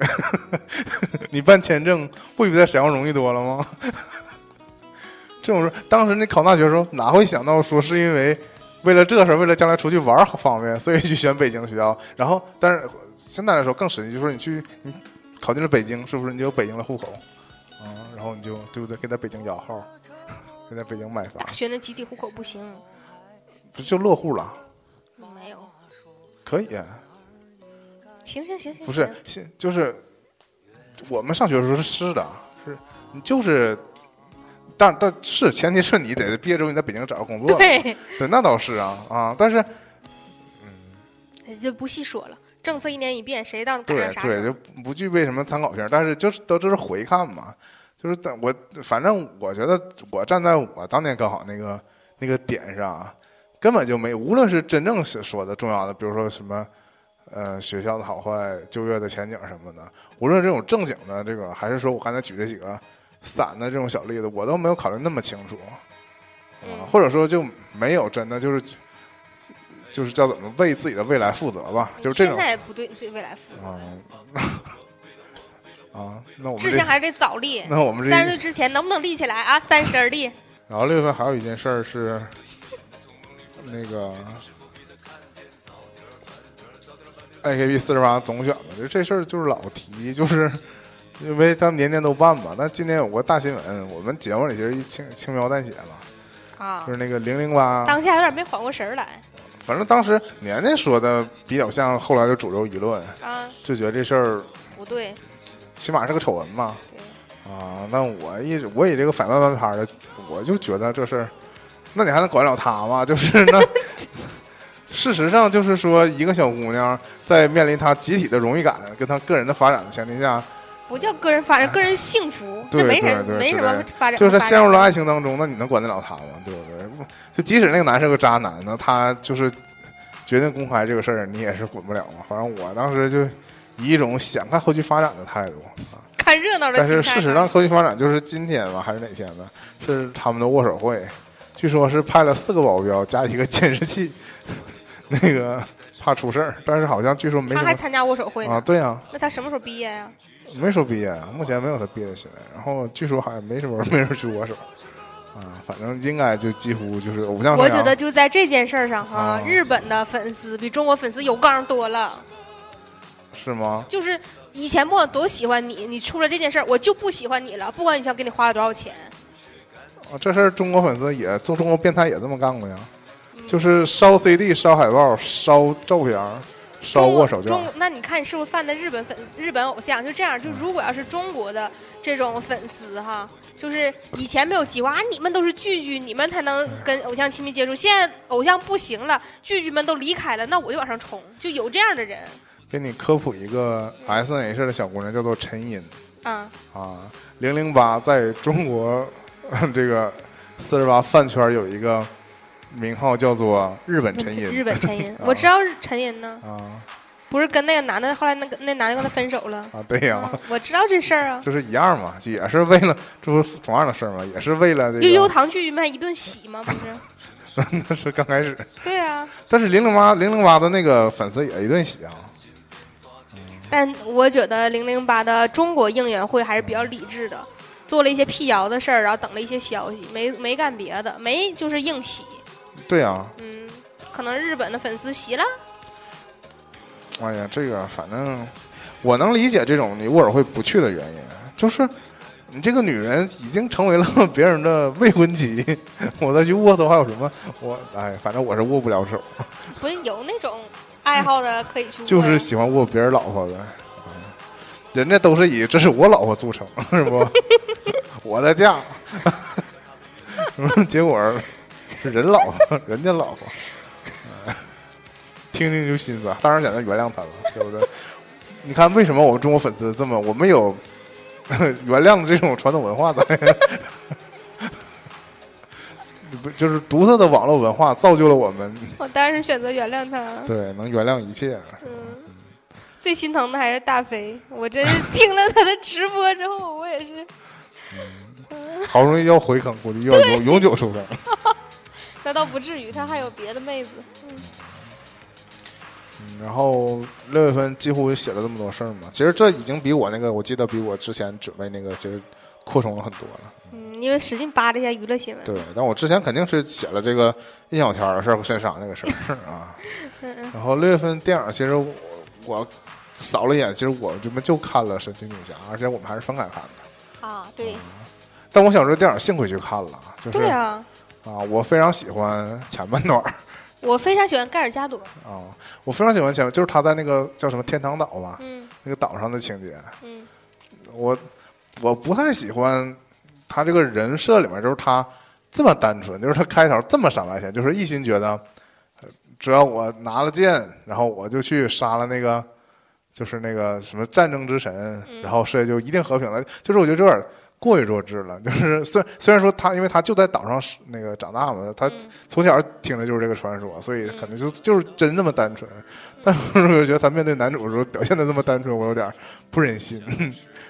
*laughs* 你办签证不比在沈阳容易多了吗？ *laughs* 这种事，当时你考大学的时候，哪会想到说是因为为了这事儿，为了将来出去玩儿好方便，所以去选北京学校？然后，但是现在来说更实际，就是说你去你考进了北京，是不是你就有北京的户口啊？然后你就对不对？给在北京摇号，给在北京买房
大，学那集体户口不行，
不就落户了？
没有。
可以、啊
行行行行，
不是
行，
现就是我们上学的时候是是的，啊是你就是，但但是前提是你得毕业之后你在北京找个工作，
*laughs* 对，
对那倒是啊啊，但是
就不细说了。政策一年一变，谁知道赶
对
上啥时候？
对就不具备什么参考性，但是就是都这是回看嘛，就是但我反正我觉得我站在我当年高考那个那个点上啊，根本就没，无论是真正是说的重要的，比如说什么，呃，学校的好坏、就业的前景什么的，无论这种正经的这个，还是说我刚才举这几个散的这种小例子，我都没有考虑那么清楚，啊、
嗯
或者说就没有真的就是就是叫怎么为自己的未来负责吧，就是这
现
种
在也不对你自己未来负责。
啊啊，那我们
志
这
向还是得早立，
*laughs* 那我们这
三十
一
岁之前能不能立起来啊？三十而立，
然后六月份还有一件事儿是那个 AKB 四十八总选嘛，就这事儿就是老提， *laughs* 就是因为他们年年都办嘛。但今年有个大新闻，我们节目里其实一轻轻描淡写了，
啊
就，是那个零零八，
当下有点没缓过神儿来
反正当时年年说的比较像后来的主流舆论，
啊，
就觉得这事儿
不对，
起码是个丑闻嘛。
对，
啊，那我一直我以这个反半半拍儿的，我就觉得这事儿，那你还能管了他吗？ *laughs* 就是那，事实上就是说，一个小姑娘在面临她集体的荣誉感跟她个人的发展的前提下，
不叫个人发展，个人幸福，
对
这没什
对对
没什么
之类
发展，
就是她
发
陷入
展
了爱情当中，那你能管得了她吗？对不对？就即使那个男是个渣男呢，他就是决定公开这个事儿，你也是滚不了嘛。反正我当时就以一种想看后续发展的态度啊。
看热闹的
但
心态啊
是
吧。
事实上，科技发展就是今天吧，还是哪天呢？是他们的握手会，据说是派了四个保镖加一个监视器， *laughs* 那个怕出事儿。但是好像据说没
他
什
还
么
参加握手会呢，
啊，对呀、啊，
那他什么时候毕业呀、
没说毕业，啊目前没有他毕业的新闻。然后据说好像没什么没人去握手啊，反正应该就几乎就是偶像生涯。
我觉得就在这件事儿上哈、
啊
日本的粉丝比中国粉丝有杠多了。
是吗？
就是以前不管多喜欢你，你出了这件事儿，我就不喜欢你了，不管你想给你花了多少钱。
啊这事儿中国粉丝也中中国变态也这么干过呀，
嗯
就是烧 CD、烧海报、烧照片儿、烧
中国
握手券
中。那你看你是不是犯的日本粉日本偶像？就这样，就如果要是中国的这种粉丝哈，就是以前没有计划，啊你们都是聚聚，你们才能
哎
跟偶像亲密接触。现在偶像不行了，聚聚们都离开了，那我就往上冲，就有这样的人
给你科普一个 S N H 的小姑娘，叫做陈茵
啊。
啊，零零八在中国 *laughs* 这个四十八饭圈有一个名号叫做日本陈
嗯
啊
日
茵，
本陈寅
*laughs*
我知道是陈寅呢，
啊
不是跟那个男的，后来那个那男的跟他分手了。
啊，对呀、
嗯我知道这事儿啊。
就是一样嘛，就也是为了这不是同样的事儿嘛，也是为了这
悠悠
个，
糖去卖一顿洗吗？不是，
*laughs* 那是刚开始，
对啊。
但是零零八零零八的那个粉丝也一顿洗啊，
但我觉得零零八的中国应援会还是比较理智的，做了一些辟谣的事儿，然后等了一些消息，没没干别的，没就是硬洗。
对啊，
嗯，可能日本的粉丝洗了，
哎呀，这个反正我能理解这种你沃尔会不去的原因，就是你这个女人已经成为了别人的未婚妻， *laughs* 我再去握她还有什么？我哎，反正我是握不了手，
不是有那种爱好的可以去握
*laughs*
呀，
就是喜欢握别人老婆的，啊人家都是以这是我老婆著称，是不？ *laughs* 我的嫁， *laughs* 结果是人老婆，人家老婆，哎听听就心酸。当然想要原谅他了，对不对？ *laughs* 你看为什么我们中国粉丝这么，我们有 *laughs* 原谅的这种传统文化在。 *laughs* 不就是独特的网络文化造就了我们，
我当然是选择原谅他。
对，能原谅一切。啊
嗯，最心疼的还是大飞，我真是听了他的直播之后，我也是。
好容易要回坑，估计要永永久收坑。
那倒不至于，他还有别的妹子。
嗯然后六月份几乎写了这么多事儿嘛，其实这已经比我那个，我记得比我之前准备那个其实扩充了很多了。
嗯，因为使劲扒了一下娱乐新闻。
对，但我之前肯定是写了这个印小天儿的事儿和深赏那个事
*laughs*
儿啊。
嗯嗯，
然后六月份电影，其实我我扫了一眼，其实我这么就看了《神奇女侠》，而且我们还是分开看的。
啊，对，
但我想说，电影幸亏去看了，就是
对啊，
啊我非常喜欢前半段儿。
我非常喜欢盖尔加朵。
啊，我非常喜欢前面，就是他在那个叫什么天堂岛吧，
嗯
那个岛上的情节，
嗯
我我不太喜欢他这个人设里面，就是他这么单纯，就是他开头这么傻白甜，就是一心觉得呃只要我拿了剑，然后我就去杀了那个就是那个什么战争之神，然后世界就一定和平了。就是我觉得这有点过于弱智了。就是虽虽然说他，因为他就在岛上是那个长大嘛，他
嗯
从小听的就是这个传说，所以可能就就是真那么单纯。 *laughs* 但是我觉得他面对男主的时候表现的这么单纯，我有点儿不忍心。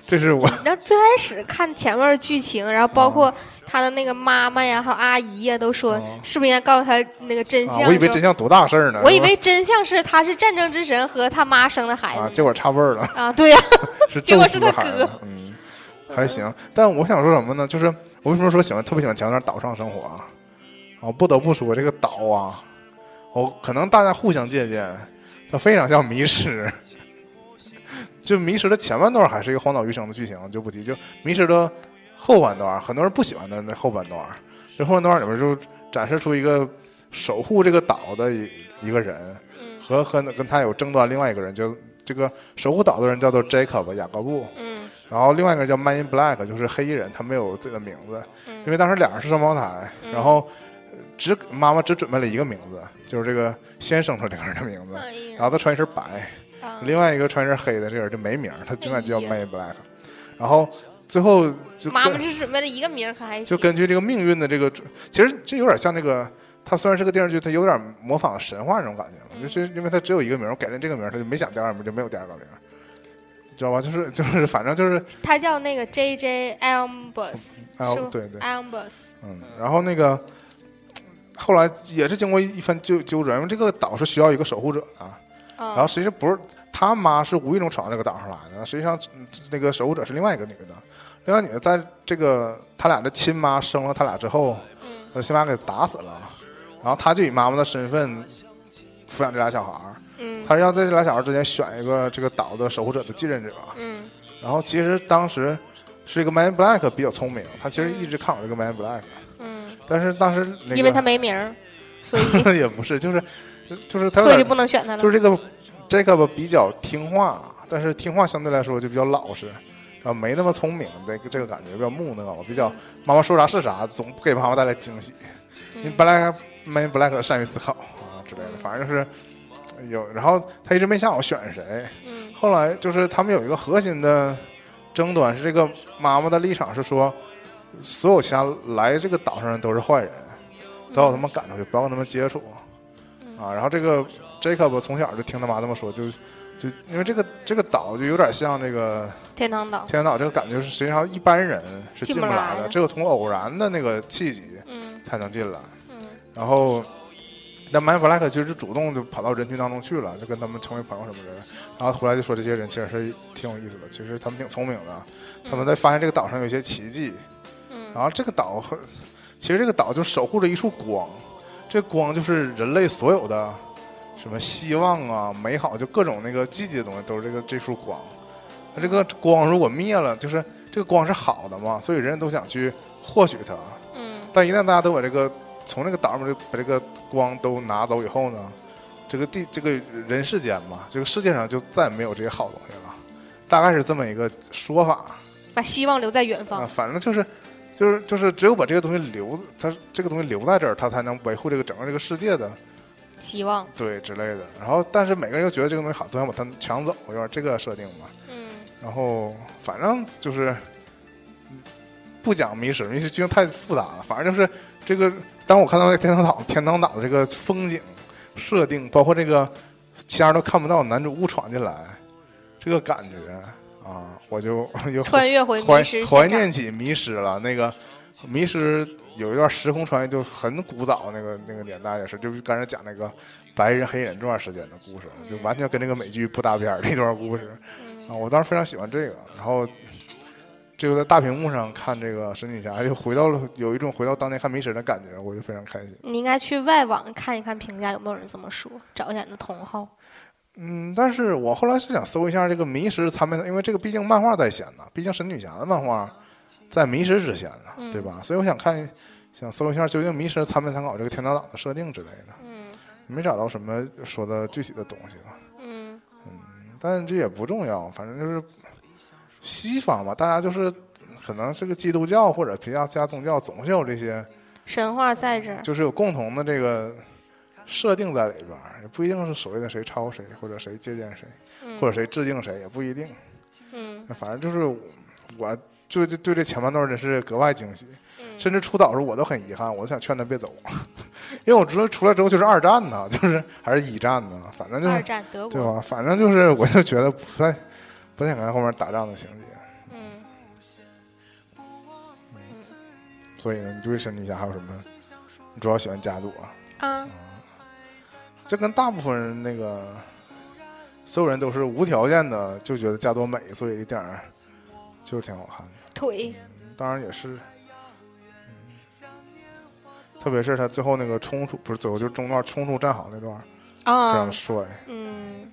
这是我
那最开始看前面的剧情，然后包括他的那个妈妈呀，还有阿姨呀，都说
哦
是不是应该告诉他那个真
啊
相？，
我以为
是
真
吧
相多大事儿呢，
我以
是吧
为真相是他是战争之神和他妈生的孩子
啊，
呢
结果差味儿了。
*laughs*
*laughs*
啊，对呀、
是
结果
揍
是
死
他
个孩
哥
子，嗯，还行。但我想说什么呢？就是我为什么说喜欢特别喜欢强调岛上生活啊？我不得不说这个岛啊，我可能大家互相借鉴，它非常像《迷失》。 *laughs* 就《迷失》的前半段还是一个荒岛余生的剧情，就不提。就《迷失》的后半段，很多人不喜欢的那后半段，这后半段里面就展示出一个守护这个岛的一一个人，
嗯
和和跟他有争端另外一个人，就这个守护岛的人叫做 Jacob 雅各布，
嗯
然后另外一个人叫 Man in Black，就是黑衣人，他没有自己的名字，
嗯
因为当时俩人是双胞胎，
嗯
然后呃只妈妈只准备了一个名字，就是这个先生出这个人的名字，
哎
然
呀，
后他穿一身白，
啊
另外一个穿一身黑的这个人就没名儿，他永远就叫
哎
Man in Black，然后最后就
妈妈
跟
只准备了一个名儿，可还行？
就根据这个命运的这个，其实这有点像那个，它虽然是个电视剧，它有点模仿神话那种感觉嘛，
嗯
就是因为它只有一个名儿，我改成这个名儿，它就没想第二名，就没有第二个名儿，知道吧？就是就是，反正就是，
他叫那个 J J Elmbus，
啊、
是吗
对对，
Elmbus，
嗯，然后那个后来也是经过一番纠纠缠，因为这个岛是需要一个守护者的、
然
然后实际上不是他妈是无意中闯到这个岛上来的，实际上嗯那个守护者是另外一个女的，另外一个女的在这个他俩的亲妈生了他俩之后。
嗯
他亲妈给打死了，然后他就以妈妈的身份抚养这俩小孩儿，
嗯
他是要在这俩小孩儿之间选一个这个岛的守护者的继任者。
嗯
然后其实当时是一个 Man in Black 比较聪明，他其实一直看好这个 Man in Black，
嗯，
但是当时那个
因为他没名儿，所
*laughs*
以
也不是，就是就是他有
所
点
以就不能选他了。
就是这个 Jacob 比较听话，啊但是听话相对来说就比较老实，然后没那么聪明，这个这个感觉比较木讷，比
嗯
较妈妈说啥是啥，总不给妈妈带来惊喜。因为
嗯
Black Man in Black 善于思考啊之类的，反正就是有。然后他一直没想我选谁，
嗯
后来就是他们有一个核心的争端是这个妈妈的立场是说，所有其他来这个岛上的人都是坏人，都要他们赶出去，不要跟他们接触
嗯
啊。然后这个 Jacob 从小就听他妈这么说，就就因为这个这个岛就有点像这个
天堂岛，
天堂岛，这个感觉是实际上一般人是
进
进不
不
来
来的
的，只有通过偶然的那个契机
嗯
才能进来。
嗯
然后，那 m 弗莱克其实主动就跑到人群当中去了，就跟他们成为朋友什么的。然后回来就说这些人其实是挺有意思的，其实他们挺聪明的，他们在发现这个岛上有一些奇迹。
嗯
然后这个岛很，其实这个岛就守护着一束光，这光就是人类所有的什么希望啊、美好，就各种那个积极的东西都是这个这束光。那这个光如果灭了，就是这个光是好的嘛，所以人人都想去获取它。
嗯
但一旦大家都把这个从这个岛上把这把这个光都拿走以后呢，这个地这个人世间嘛，这个世界上就再也没有这些好东西了，大概是这么一个说法
把希望留在远
啊。
方。
反正就是就是就是，只有把这个东西留，它这个东西留在这儿，它才能维护这个整个这个世界的
希望，
对之类的。然后，但是每个人又觉得这个东西好，都想把它抢走，有点这个设定嘛。
嗯
然后反正就是嗯不讲迷失，迷失剧情太复杂了。反正就是这个，当我看到这个天堂岛、天堂岛的这个风景设定，包括这个其他人都看不到，男主误闯进来，这个感觉啊，我就 *laughs* 又
穿越回迷
怀
失
怀
现场，
念起迷失了。那个迷失有一段时空穿越，就很古早那个那个年代也是，就是刚才讲那个白人黑人这段时间的故事，就完全跟这个美剧不搭边儿这段故事
嗯
啊，我当时非常喜欢这个，然后。这个在大屏幕上看这个神奇侠，又回到了有一种回到当年看迷失的感觉，我就非常开心。
你应该去外网看一看评价有没有人这么说，找一下你的同号。
嗯，但是我后来是想搜一下这个迷失参没参，因为这个毕竟漫画在先呢，毕竟神女侠的漫画在迷失之前呢，
嗯
对吧？所以我想看，想搜一下究竟迷失参没参考这个天堂岛的设定之类的，
嗯
没找到什么说的具体的东西吧。
嗯
但这也不重要，反正就是西方嘛，大家就是可能是个基督教或者其他其他宗教，总是有这些，
神话在这儿，
就是有共同的这个设定在里边儿，也不一定是所谓的谁抄谁或者谁借鉴谁，
嗯
或者谁致敬谁，也不一定。
嗯
反正就是我就就对这前半段真是格外惊喜。
嗯
甚至出岛的时候我都很遗憾，我想劝他别走， *laughs* 因为我知道出来之后就是二战呢，就是还是一战呢，反正就
二
是
战德
对
国，
吧？反正就是我就觉得不太不太想看后面打仗的情节，
嗯，
所以呢，你对神女侠还有什么？你主要喜欢加朵，
啊，
这跟大部分人那个所有人都是无条件的就觉得加朵美，所以这电影就是挺好看的。
腿，
当然也是，嗯特别是他最后那个冲出，不是最后就是中段冲出战壕那段儿非
啊
常，帅。
嗯，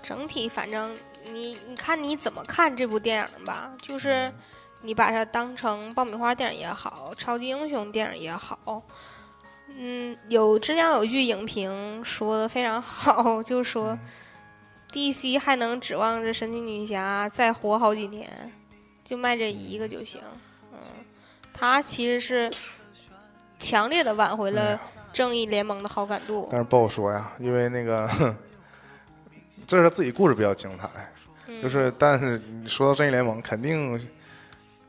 整体反正你你看你怎么看这部电影吧，就是
嗯
你把它当成爆米花电影也好，超级英雄电影也好，嗯，有之前有一句影评说的非常好，就
嗯
说 DC 还能指望着神奇女侠再活好几年，就卖这一个就行，嗯，它其实是强烈的挽回
哎
了
呀
正义联盟的好感度，
但是不好说呀，因为那个 *laughs* 这是他自己故事比较精彩，
嗯
就是但是你说到正义联盟，肯定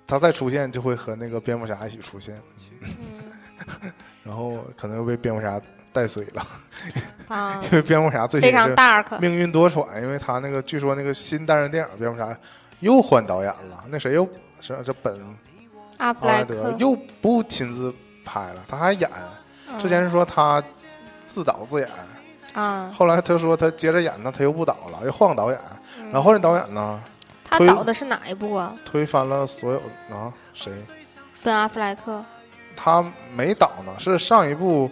他再出现就会和那个蝙蝠侠一起出现，
嗯
然后可能又被蝙蝠侠带碎了， *laughs*
*laughs* 啊，
因为蝙蝠侠最
非
近
常
是
dark，
命运多舛，因为他那个据说那个新单人电影蝙蝠侠又换导演了，那谁又是这本
阿弗
阿
莱
莱德
克
又不亲自拍了，他还演，
嗯
之前是说他自导自演。
啊，
后来他说他接着演呢，他又不导了，又换个导演。
嗯
然后这导演呢，
他
推
导的是哪一部啊？
推翻了所有啊谁？
本阿弗莱克
他没导呢，是上一部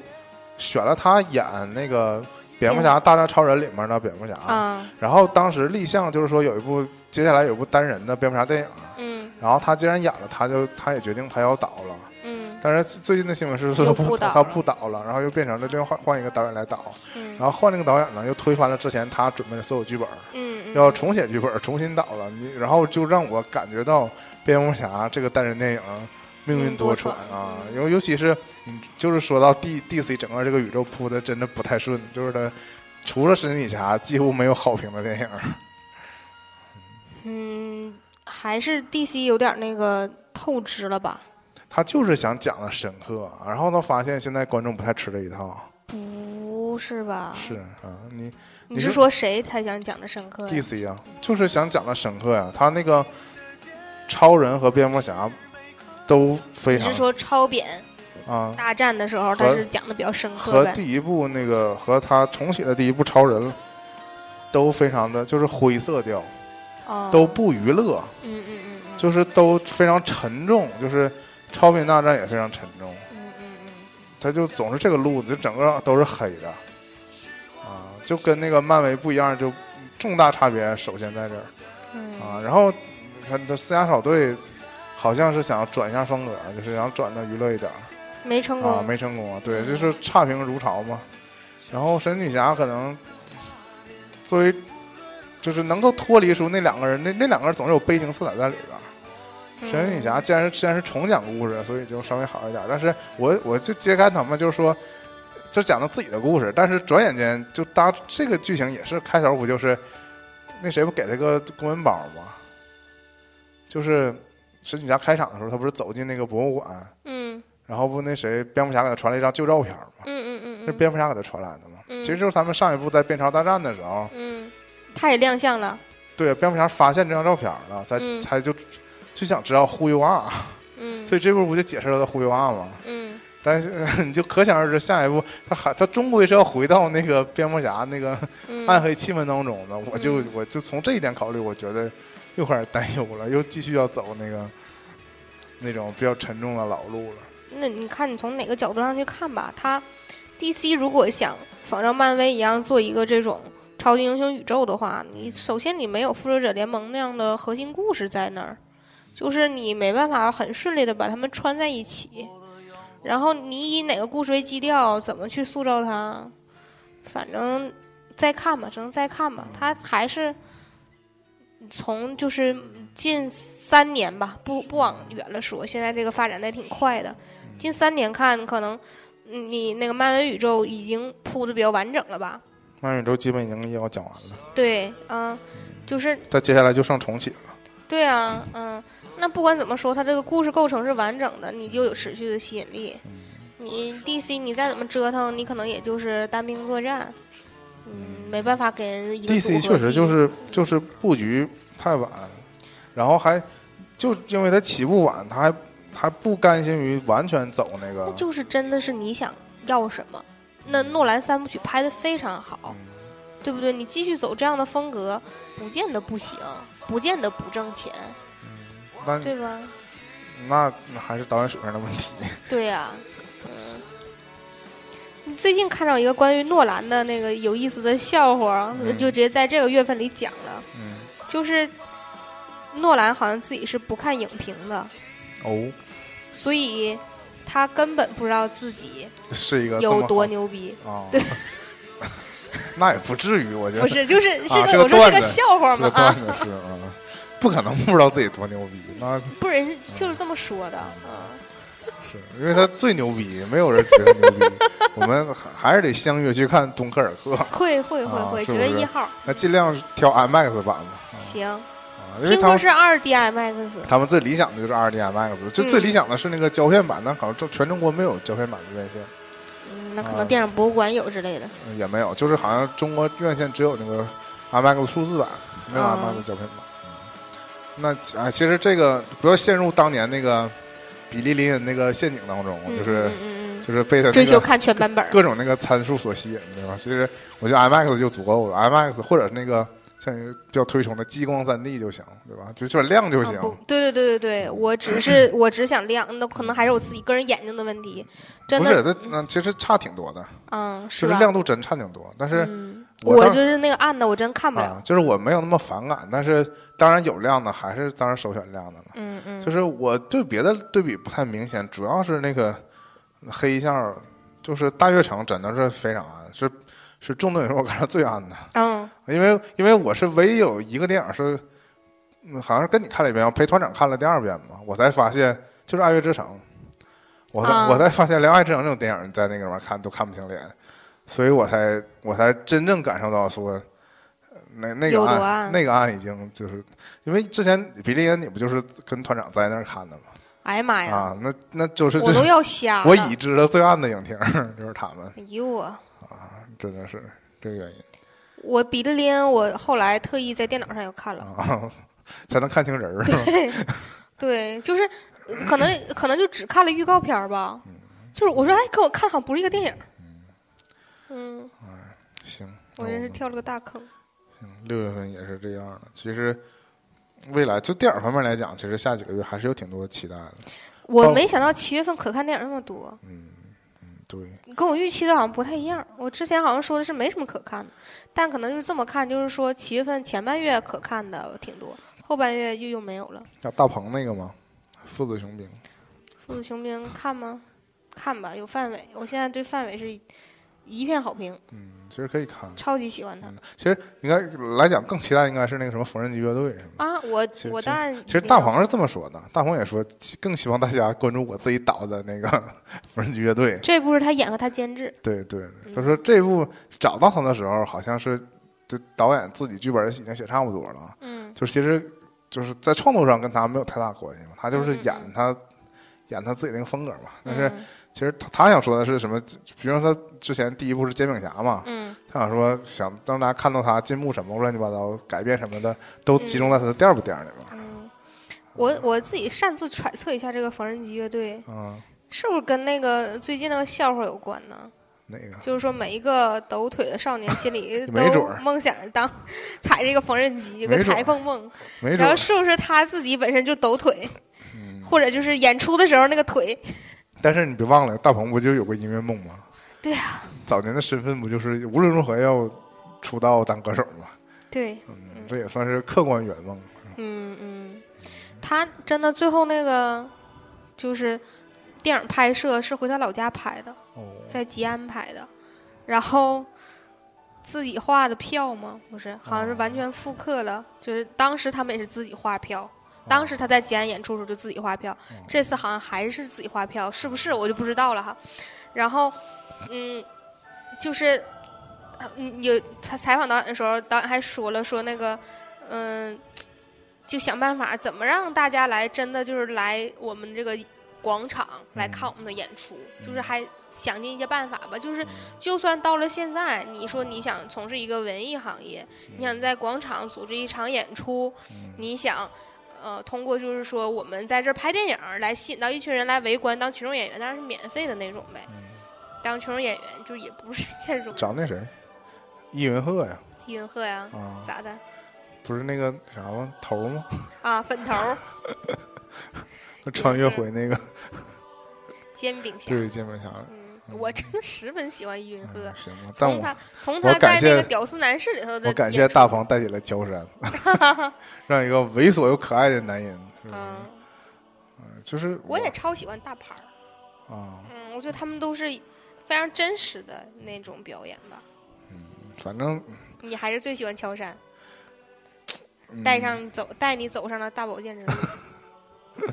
选了他演那个蝙蝠侠大战超人里面的蝙蝠侠。
啊，
然后当时立项就是说有一部接下来有一部单人的蝙蝠侠电影，
嗯
然后他既然演了，他就他也决定他要导了。
嗯
但是最近的新闻是说他
又 *laughs* 不导了
他不导了，然后又变成了另外换一个导演来导，
嗯，
然后换那个导演呢又推翻了之前他准备的所有剧本。
嗯
要重写剧本，重新导了你，然后就让我感觉到蝙蝠侠这个单人电影命运多舛啊！
命运多舛嗯
尤、尤其是你就是说到 D D C 整个这个宇宙铺的真的不太顺，就是它除了神奇女侠几乎没有好评的电影。
嗯，还是 DC 有点那个透支了吧？
他就是想讲的深刻，啊然后他发现现在观众不太吃这一套。
不是吧？
是啊，你
你
你
是
是
说谁才想讲的深刻呀？
D C 啊，就是想讲的深刻呀、他那个超人和蝙蝠侠都非
你
常
是说超扁
啊，
大战的时候，他
和
是讲的比较深刻
和
呗？
第一部那个和他重写的第一部超人都非常的就是灰色调，
哦，
都不娱乐，
嗯，嗯嗯嗯，
就是都非常沉重，就是超频大战也非常沉重，
嗯嗯嗯
他就总是这个路子，就整个都是黑的，啊，就跟那个漫威不一样，就重大差别首先在这儿
嗯
啊，然后你看他私家小队好像是想转向风格，就是想转的娱乐一点儿。
没成
啊，
功，
没成功啊，对，就是差评如潮嘛。然后神女侠可能作为就是能够脱离出那两个人，那那两个人总是有悲情色彩在里边儿。
嗯
神女侠既然是既然是重讲故事，所以就稍微好一点儿。但是我我就揭开他们就是说，就讲了自己的故事，但是转眼间就搭这个剧情也是开头不就是那谁不给他个公文包吗？就是神女侠开场的时候，他不是走进那个博物馆，
嗯
然后不那谁蝙蝠侠给他传了一张旧照片嘛，
嗯嗯嗯
是
嗯，
蝙蝠侠给他传来的嘛。
嗯
其实就是他们上一部在变超大战的时候，
嗯，他也亮相了，
对蝙蝠侠发现这张照片了，才、
嗯
才就就想知道 who you are，
*laughs* 嗯
所以这部不就解释了他 who you are 吗？ *laughs*
嗯
但是你就可想而知，下一步他还他终归是要回到那个蝙蝠侠那个
嗯，
暗黑气氛当中的。我就我就从这一点考虑，我觉得又开始担忧了，又继续要走那个那种比较沉重的老路了。
那你看你从哪个角度上去看吧。他 DC 如果想仿照漫威一样做一个这种超级英雄宇宙的话，你首先你没有复仇者联盟那样的核心故事在那儿，就是你没办法很顺利的把他们穿在一起。然后你以哪个故事为基调，怎么去塑造它，反正再看吧，只能再看吧。他还是从就是近三年吧，不不往远了说，现在这个发展的也挺快的。近三年看，可能嗯你那个漫威宇宙已经铺的比较完整了吧？
漫宇宙基本已经要讲完了，
对，嗯、就是
但接下来就剩重启了。
对啊，嗯，那不管怎么说，它这个故事构成是完整的，你就有持续的吸引力。你 DC 你再怎么折腾，你可能也就是单兵作战，嗯，没办法给人一个
DC
组合
确实
技
就是就是布局太晚，然后还就因为它起步晚，它还还不甘心于完全走那个
那，就是真的是你想要什么。那诺兰三部曲拍的非常好，对不对？你继续走这样的风格，不见得不行，不见得不挣钱，
*laughs* 那
对吧？
那那还是导演水平的问题。
对呀、嗯。你最近看到一个关于诺兰的那个有意思的笑话，
嗯
就直接在这个月份里讲了， *laughs*
嗯，
就是诺兰好像自己是不看影评的，
哦，
所以他根本不知道自己
是一个这么
有
好
多牛逼。
啊？
对
那也不至于，我觉得
不是，就是这
啊 *laughs*
个，
这个
我说是
段
个
子
笑话
这
嘛
个
啊
段，子是啊，不可能不知道自己多牛逼，那
不是，人家就是这么说的，嗯，
是因为他最牛逼，没有人觉得牛逼。 *laughs* 我们还还是得相约去看《敦刻尔克》，
会会会
啊
会，
是
九
不
月
是
一号，
那尽量挑 IMAX 版吧。啊
行，
啊，因为
听
他
说
们
是二 DMX，
他们最理想的就是
嗯
2DMX，就最理想的是那个胶片版，但好像就全中国没有胶片版的院线，
嗯，那可
啊
能电影博物馆有之类的，
嗯也没有，就是好像中国院线只有那个 IMAX 数字版，没有
啊
IMAX 胶片版。嗯那啊，其实这个不要陷入当年那个比利林恩那个陷阱当中，
嗯
就是
嗯嗯嗯
就是被他那
追求
个
看全版本儿，
各种那个参数所吸引，对吧？其实我觉得 IMAX 就足够了，IMAX 或者是那个像比较推崇的激光三 D 就行，对吧？就这亮就
啊
行。
不，对对对对对，我只是
*clears throat*
我只想亮，那可能还是我自己个人眼睛的问题，真
不是，
的，
它那其实差挺多的，
嗯，是
就是
吧？
亮度真差挺多。但是
嗯，
我
我
当
就是那个暗的，我真看不
啊
了，，
就是我没有那么反感，但是当然有亮的，还是当然首选亮的了。
嗯嗯，
就是我对别的对比不太明显，主要是那个黑线儿，就是大悦城真的是非常暗，是是众多影院我看到最暗的。
嗯
因为因为我是唯一有一个电影是，嗯，好像是跟你看了一遍，我陪团长看了第二遍嘛，我才发现就是《爱乐之城》，我才、
啊
我才发现连《爱乐之城》这种电影在那个玩意儿看都看不清脸，所以我才我才真正感受到说，呃那那个
有多
案
暗
那个案已经就是因为之前比利恩你不就是跟团长在那儿看的吗？
哎呀妈呀，
啊，那那就是
我
这 *laughs*
都要瞎
我
了
已，知的最暗的影厅就是他们，啊
哎呦我。
真的是这个原因
我比利林，我后来特意在电脑上又看了，
啊， *laughs* 才能看清人儿。
对，就是呃可能
*clears throat*
可能就只看了预告片儿吧，
嗯
就是我说哎，跟我看好像不是一个电影儿，嗯，
行，那
我真
们
是跳了个大坑，
六月份也是这样的。其实未来就电影方面来讲，其实下几个月还是有挺多期待的。
我
哦
没想到七月份可看电影那么多，
对，
跟我预期的好像不太一样，我之前好像说的是没什么可看的，但可能就是这么看，就是说七月份前半月可看的挺多，后半月就又没有了。
像大鹏那个嘛，《父子雄兵》
父子雄兵看吗？看吧，有范伟，我现在对范伟是一片好评，
嗯，其实可以看。
超级喜欢他。
嗯，其实应该来讲更期待应该是那个什么缝纫机乐队什么的。
啊，我
其实
我当然
其实
也
大
有
鹏是这么说的，大鹏也说更希望大家关注我自己导的那个缝纫机乐队。
这部是他演和他监制，
对对，
嗯
对他说这部找到他的时候，好像是就导演自己剧本已经写差不多了。
嗯
就是其实就是在创作上跟他没有太大关系嘛，他就是演
嗯嗯
他演他自 *laughs* 己那个风格嘛。但是
嗯
其实他他想说的是什么？比如说他之前第一部是煎饼侠嘛，
嗯
他想说想让大家看到他进步什么乱七八糟改变什么的，都集中在他的第二部电影里面。
嗯，我我自己擅自揣测一下，这个缝纫机乐队
嗯，
是不是跟那个最近那个笑话有关呢？
那 *laughs* 个
就是说每一个抖腿的少年心里
*laughs* 没准
都
儿
梦想着当踩这个缝纫机，有
没
个
准儿
裁缝梦，
没准
然
儿
后是不是他自己本身就抖腿，
嗯，
或者就是演出的时候那个腿，
但是你别忘了，大鹏不就有过音乐梦吗？
对
啊，早年的身份不就是无论如何要出道当歌手嘛？
*laughs* 对，
嗯，这也算是客观圆梦。
嗯，嗯，他真的最后那个就是电影拍摄是回他老家拍的，
哦，
在吉安拍的，然后自己画的票吗？不是，好像是完全复刻了，就是当时他们也是自己画票。当时他在吉安演出的时候就自己画票，这次好像还是自己画票，是不是我就不知道了哈。然后，嗯，就是，嗯，有采采访导演的时候，导演还说了说那个，嗯、就想办法怎么让大家来真的就是来我们这个广场来看我们的演出，就是还想尽一些办法吧。就是就算到了现在，你说你想从事一个文艺行业，你想在广场组织一场演出，你想。呃，通过就是说我们在这儿拍电影儿来吸引到一群人来围观当群众演员，当然是免费的那种呗。当群众演员就也不是 *laughs* 那种
找那谁，易云鹤呀，
易云鹤呀，
啊，
咋的
不是那个啥吗？头
*laughs*
吗？
啊？粉头儿
穿越回那个
煎饼侠，
对键盘侠了。
嗯，我真的十分喜欢易云鹤
嗯，行吧，但
从
我
他从
我
他
感
在那个
谢
屌丝男士里头的
我感谢
演出
大鹏带起了江山，
*laughs*
让一个猥琐又可爱的男人，是吧？
嗯，
就是
我也超喜欢大牌儿，
啊，
嗯，我觉得他们都是非常真实的那种表演吧。
反正
你还是最喜欢乔杉，
嗯
带上走带你走上了大保
*laughs*
健之路。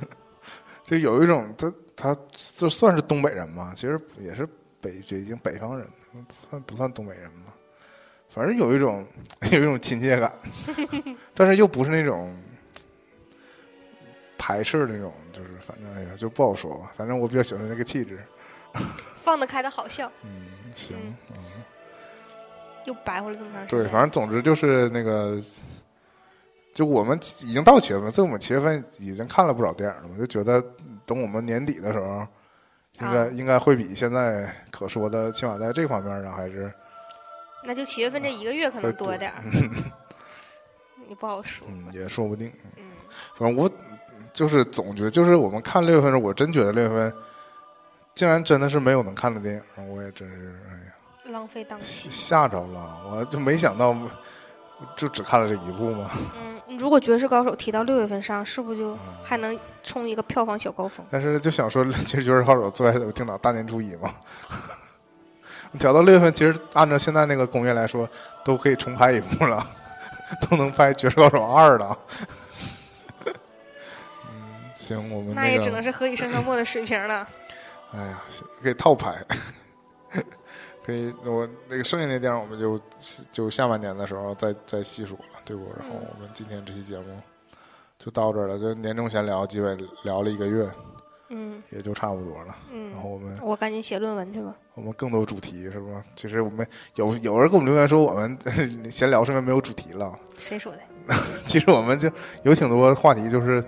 就有一种他他就算是东北人嘛，其实也是北北京北方人，不算不算东北人嘛，反正有一种 *laughs* 有一种亲切感， *laughs* 但是又不是那种排斥那种，就是反正哎呀就不好说吧，反正我比较喜欢那个气质，
放得开的好笑，
嗯，行，
嗯
嗯
又白活了这么长时间。
对，反正总之就是那个，就我们已经到七月份，所以我们七月份已经看了不少电影了嘛，就觉得等我们年底的时候，应该、
啊
应该会比现在可说的，起码在这方面上还是
那就七月份这一个月可能
会
多
多
点
*laughs*
儿，你不好说。
嗯也说不定。
嗯，
反正我就是总觉得，就是我们看六月份的时候，我真觉得六月份竟然真的是没有能看的电影，我也真是哎呀
嗯浪费档期。
吓吓着了，我就没想到，就只看了这一部嘛。
嗯，如果《绝世高手》提到六月份上，是不是就
嗯
还能冲一个票房小高峰？
但是就想说， *laughs* 其实《绝世高手》最开始我定档大年初一嘛，调到六月份，其实按照现在那个攻略来说，都可以重拍一部了，都能拍《绝世高手二》了。 *laughs* 嗯，行，我们
那也只能
个，
是《何以笙箫默》的水平了。
哎呀，行可以套拍， *laughs* 可以。我那个剩下那电影，我们就就下半年的时候再再细数了，对不？然后
嗯
我们今天这期节目就到这儿了，就年终闲聊，基本聊了一个月，
嗯
也就差不多了。然后
嗯，
我们
我赶紧写论文去吧。
我们更多主题是吧？其实我们有有人给我们留言说我们 *laughs* 闲聊是不是没有主题了？ *laughs*
谁说的？
其实我们就有挺多话题就是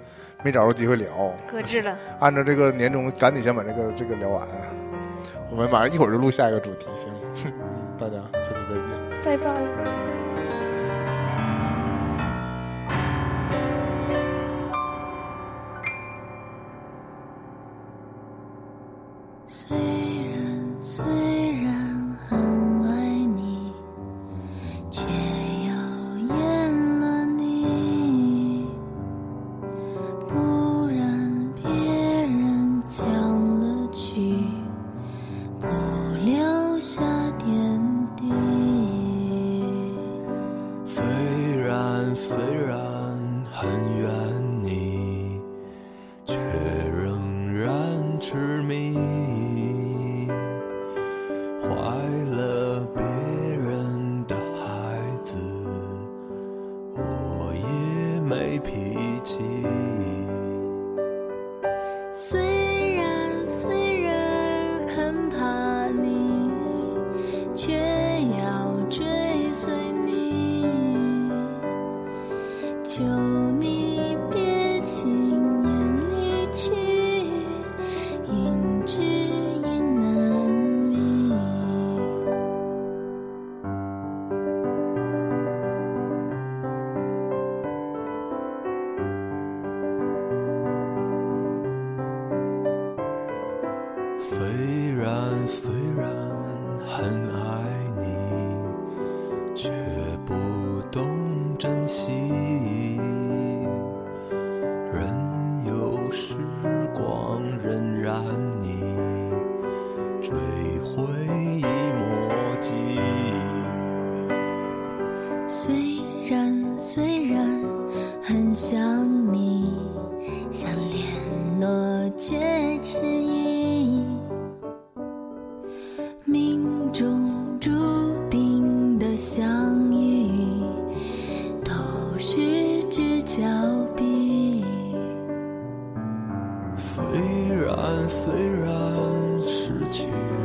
没找着机会聊，
搁置了。
按照这个年终赶紧先把这个这个聊完，我们马上一会儿就录下一个主题，行？ *laughs* 嗯大家下期再见。
拜拜。
虽然虽然很爱你，却要厌了你，不然别人抢了去，不留下点滴。
虽然虽然很远你，却仍然痴迷，怀了别人的孩子，我也没脾气。
虽然虽然很怕你，却要追随你。求你别轻言离去，因知音难觅。
虽然虽然很爱你，却不懂珍惜。任由时光荏苒你，追悔已莫及。
虽然虽然很想你，想联络却迟疑，命中注定的相遇，
去。